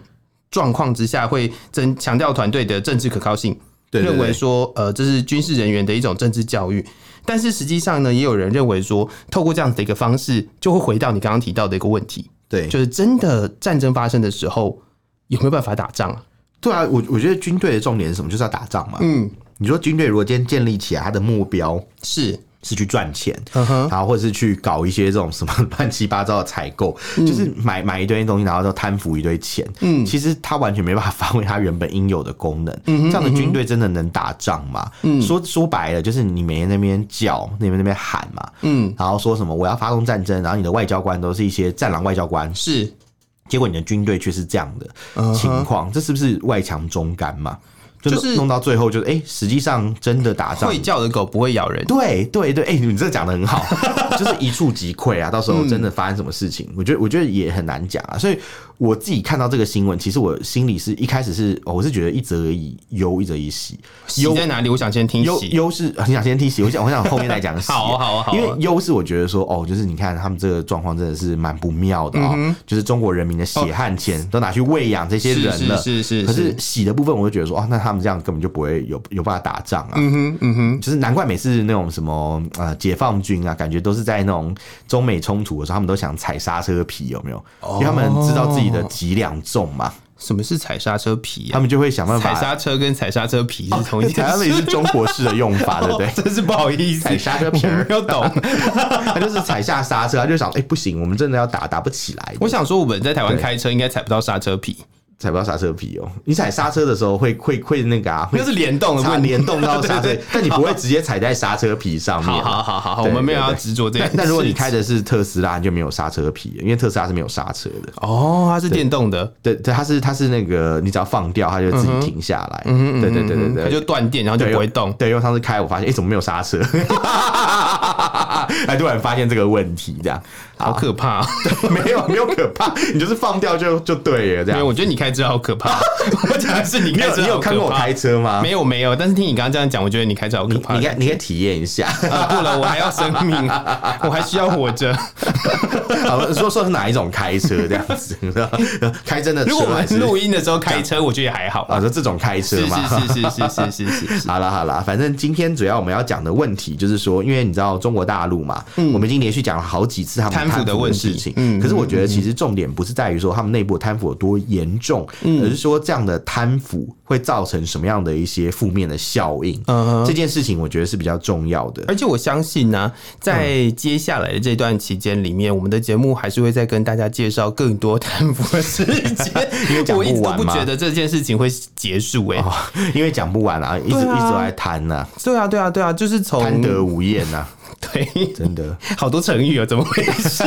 [SPEAKER 2] 状况之下会增强调团队的政治可靠性，
[SPEAKER 1] 对对
[SPEAKER 2] 认为
[SPEAKER 1] 对
[SPEAKER 2] 说，呃，这是军事人员的一种政治教育。但是实际上呢，也有人认为说，透过这样子的一个方式，就会回到你刚刚提到的一个问题，
[SPEAKER 1] 对，
[SPEAKER 2] 就是真的战争发生的时候，有没有办法打仗啊？
[SPEAKER 1] 对啊，我我觉得军队的重点是什么？就是要打仗嘛。
[SPEAKER 2] 嗯，
[SPEAKER 1] 你说军队如果今天建立起来，它的目标
[SPEAKER 2] 是，
[SPEAKER 1] 是去赚钱，
[SPEAKER 2] 嗯哼，
[SPEAKER 1] 然后或者是去搞一些这种什么乱七八糟的采购，
[SPEAKER 2] 嗯
[SPEAKER 1] 就是买买一堆东西，然后就贪腐一堆钱。嗯，其实它完全没办法发挥它原本应有的功能。嗯，这样的军队真的能打仗吗？嗯，说说白了，就是你每天那边叫，那边那边喊嘛，
[SPEAKER 2] 嗯，
[SPEAKER 1] 然后说什么我要发动战争，然后你的外交官都是一些战狼外交官，
[SPEAKER 2] 是，
[SPEAKER 1] 结果你的军队却是这样的
[SPEAKER 2] 嗯哼
[SPEAKER 1] 情况，这是不是外强中干嘛？就
[SPEAKER 2] 就是是
[SPEAKER 1] 弄到最后就是，哎、实际上真的打仗
[SPEAKER 2] 会叫的狗不会咬人。
[SPEAKER 1] 对对对，哎、你这讲的很好， 就是一触即溃啊！到时候
[SPEAKER 2] 嗯
[SPEAKER 1] 真的发生什么事情，我觉得我觉得也很难讲啊。所以我自己看到这个新闻，其实我心里是一开始是，哦我是觉得一则以忧，一则以喜。
[SPEAKER 2] 喜在哪里？我想先听
[SPEAKER 1] 忧
[SPEAKER 2] 喜。
[SPEAKER 1] 忧是很想先听喜，我想我想后面再讲喜。
[SPEAKER 2] 好啊好啊好啊
[SPEAKER 1] 因为忧是我觉得说，哦，就是你看他们这个状况真的是蛮不妙的啊、
[SPEAKER 2] 嗯
[SPEAKER 1] 就是中国人民的血汗钱都拿去喂养这些
[SPEAKER 2] 哦是
[SPEAKER 1] 人
[SPEAKER 2] 是
[SPEAKER 1] 了。
[SPEAKER 2] 是是，
[SPEAKER 1] 可是喜的部分，我就觉得说，哦，那他们这样根本就不会有有办法打仗啊。
[SPEAKER 2] 嗯哼嗯哼，
[SPEAKER 1] 就是难怪每次那种什么呃解放军啊，感觉都是在那种中美冲突的时候，他们都想踩刹车皮，有没有？因
[SPEAKER 2] 哦
[SPEAKER 1] 为他们知道自己的几两重嘛，
[SPEAKER 2] 什么是踩刹车皮
[SPEAKER 1] 他
[SPEAKER 2] 啊？
[SPEAKER 1] 们就会想办
[SPEAKER 2] 踩
[SPEAKER 1] 法。
[SPEAKER 2] 刹车跟踩刹车皮哦是 同一件
[SPEAKER 1] 踩刹车
[SPEAKER 2] 事，
[SPEAKER 1] 皮是中国式的用法，对不 对？
[SPEAKER 2] 真是不好意思，
[SPEAKER 1] 踩刹车皮
[SPEAKER 2] 我没有懂。
[SPEAKER 1] 他就是踩下刹车，他就想，哎、不行，我们真的要打，打不起来。
[SPEAKER 2] 我想说，我们在台湾
[SPEAKER 1] 对
[SPEAKER 2] 开车应该踩不到刹车皮，
[SPEAKER 1] 踩不到刹车皮哦，你踩刹车的时候会会会那个啊，会
[SPEAKER 2] 那是联动的
[SPEAKER 1] 刹
[SPEAKER 2] 问题。
[SPEAKER 1] 联动到刹车
[SPEAKER 2] 对对，
[SPEAKER 1] 但你不会直接踩在刹车皮上面
[SPEAKER 2] 好
[SPEAKER 1] 啊。
[SPEAKER 2] 好好好好，我
[SPEAKER 1] 对
[SPEAKER 2] 们没有要
[SPEAKER 1] 对对
[SPEAKER 2] 执着这
[SPEAKER 1] 但
[SPEAKER 2] 件
[SPEAKER 1] 但如果你
[SPEAKER 2] 事
[SPEAKER 1] 开
[SPEAKER 2] 情
[SPEAKER 1] 的是特斯拉，你就没有刹车皮，因为特斯拉是没有刹车的。
[SPEAKER 2] 哦，它是电动的，
[SPEAKER 1] 对对，它是它是那个，你只要放掉，它就自己停下来。
[SPEAKER 2] 嗯
[SPEAKER 1] 对对对对
[SPEAKER 2] 嗯
[SPEAKER 1] 对，
[SPEAKER 2] 它就断电，然后就
[SPEAKER 1] 对
[SPEAKER 2] 不会动。
[SPEAKER 1] 对，因为上次开我发现，哎、怎么没有刹车？ 哎，突然发现这个问题，这样
[SPEAKER 2] 好可怕！
[SPEAKER 1] 没有没有可怕，你就是放掉就就对了，这
[SPEAKER 2] 没有，
[SPEAKER 1] 样。
[SPEAKER 2] 我觉得你开车好 可怕。我讲的是你
[SPEAKER 1] 你
[SPEAKER 2] 开
[SPEAKER 1] 有
[SPEAKER 2] 车，
[SPEAKER 1] 你啊有看过我？开车吗？
[SPEAKER 2] 没有没有，但是听你刚刚这样讲，我觉得你开车好可
[SPEAKER 1] 你
[SPEAKER 2] 怕
[SPEAKER 1] 你。可以你可以体验一下。
[SPEAKER 2] 啊，不了，我还要生命，我还需要 活着。
[SPEAKER 1] 啊好，说说是哪一种开车这样子？ 开真的车
[SPEAKER 2] 如果我
[SPEAKER 1] 还是
[SPEAKER 2] 们录音的时候开车，我觉得也还好。
[SPEAKER 1] 啊，说这种开车
[SPEAKER 2] 是
[SPEAKER 1] 嘛？
[SPEAKER 2] 是是是是是是 是，
[SPEAKER 1] 好啦好啦，反正今天主要我们要讲的问题就是说，因为你知道中国大陆陆嘛，我们已经连续讲了好几次他们
[SPEAKER 2] 嗯贪腐的
[SPEAKER 1] 的
[SPEAKER 2] 问题嗯
[SPEAKER 1] 事情。可是我觉得其实重点不是在于说他们内部的贪腐有多严重，
[SPEAKER 2] 嗯
[SPEAKER 1] 而是说这样的贪腐会造成什么样的一些负面的效应。
[SPEAKER 2] 嗯
[SPEAKER 1] 这件事情我觉得是比较重要的。
[SPEAKER 2] 而且我相信呢、在接下来的这段期间里面，我们的节目还是会再跟大家介绍更多贪腐的事 情
[SPEAKER 1] 因为，讲不完嘛
[SPEAKER 2] 我一直都不觉得这件事情会结束哎、欸
[SPEAKER 1] 哦， 因为讲不完啊，一直、
[SPEAKER 2] 对啊
[SPEAKER 1] 一直都在谈呐、
[SPEAKER 2] 对啊，对啊，对啊，就是从
[SPEAKER 1] 贪得无厌呐、
[SPEAKER 2] 对，
[SPEAKER 1] 真的，
[SPEAKER 2] 好多成语哦，怎么回事？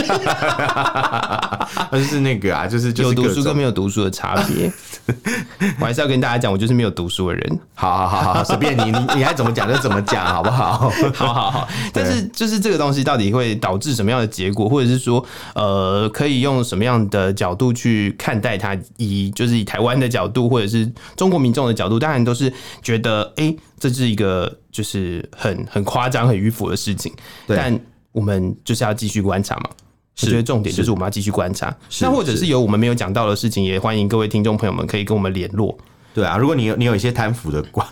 [SPEAKER 1] 而是那个啊，就是就是
[SPEAKER 2] 有读
[SPEAKER 1] 各
[SPEAKER 2] 书跟
[SPEAKER 1] 种，
[SPEAKER 2] 没有读书的差别， 我还是要跟大家讲，我就是没有读书的人。
[SPEAKER 1] 好好好好，随便你，你你爱怎么讲就怎么讲，好不好？
[SPEAKER 2] 好好好，但是就是这个东西到底会导致什么样的结果，或者是说，呃，可以用什么样的角度去看待它？以就是以台湾的角度，或者是中国民众的角度，当然都是觉得，哎、这是一个就是很很夸张、很迂腐的事情。
[SPEAKER 1] 对
[SPEAKER 2] 但我们就是要继续观察嘛。我觉得重点就是我们要继续观察。
[SPEAKER 1] 是
[SPEAKER 2] 那或者
[SPEAKER 1] 是
[SPEAKER 2] 是有我们没有讲到的事情，也欢迎各位听众朋友们可以跟我们联络。
[SPEAKER 1] 对啊，如果你有你有一些贪腐的 瓜，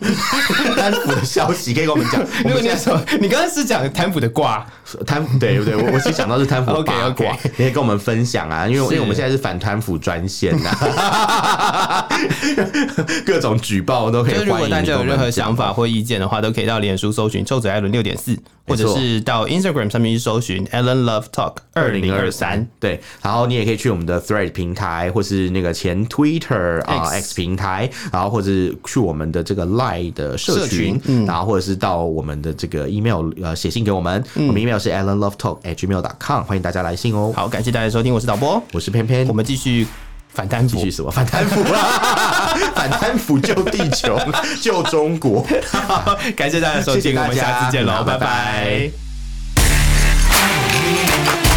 [SPEAKER 1] 贪腐的消息可以跟我们讲。
[SPEAKER 2] 如果你要说，你刚刚是讲贪腐的卦，
[SPEAKER 1] 贪腐对不对？我我其实想到是贪腐
[SPEAKER 2] OK，
[SPEAKER 1] 八
[SPEAKER 2] OK
[SPEAKER 1] 卦，你也跟我们分享啊，因为因
[SPEAKER 2] 是
[SPEAKER 1] 为我们现在是反贪腐专线呐、啊， 各种举报都可以
[SPEAKER 2] 就
[SPEAKER 1] 欢
[SPEAKER 2] 是
[SPEAKER 1] 迎。
[SPEAKER 2] 如果大家有任何想
[SPEAKER 1] 法，
[SPEAKER 2] 法或意见的话，都可以到脸书搜寻“臭嘴艾伦六点四”，
[SPEAKER 1] 没
[SPEAKER 2] 或
[SPEAKER 1] 错
[SPEAKER 2] 者是到 Instagram 上面去搜寻 “Alan Love Talk 二零二三
[SPEAKER 1] 对，然后你也可以去我们的 Thread 平台，或是那个前 Twitter 啊
[SPEAKER 2] X
[SPEAKER 1] X 平台，然后或是去我们的这个 Line 的社
[SPEAKER 2] 社群嗯
[SPEAKER 1] 然后或者是到我们的这个 email 呃写信给我们，我们 email 是 alanlovetalk@gmail.com，欢迎大家来信哦”。。
[SPEAKER 2] 嗯好，感谢大家收听，我是导播，
[SPEAKER 1] 我是偏偏，
[SPEAKER 2] 我们继续反单
[SPEAKER 1] 继
[SPEAKER 2] 补
[SPEAKER 1] 续。什么反贪腐啦， 反贪腐救地球，救中国。
[SPEAKER 2] 好 感谢大家收
[SPEAKER 1] 谢谢
[SPEAKER 2] 听，
[SPEAKER 1] 大
[SPEAKER 2] 我们下
[SPEAKER 1] 家
[SPEAKER 2] 次见喽，
[SPEAKER 1] 好拜
[SPEAKER 2] 拜
[SPEAKER 1] 拜
[SPEAKER 2] 拜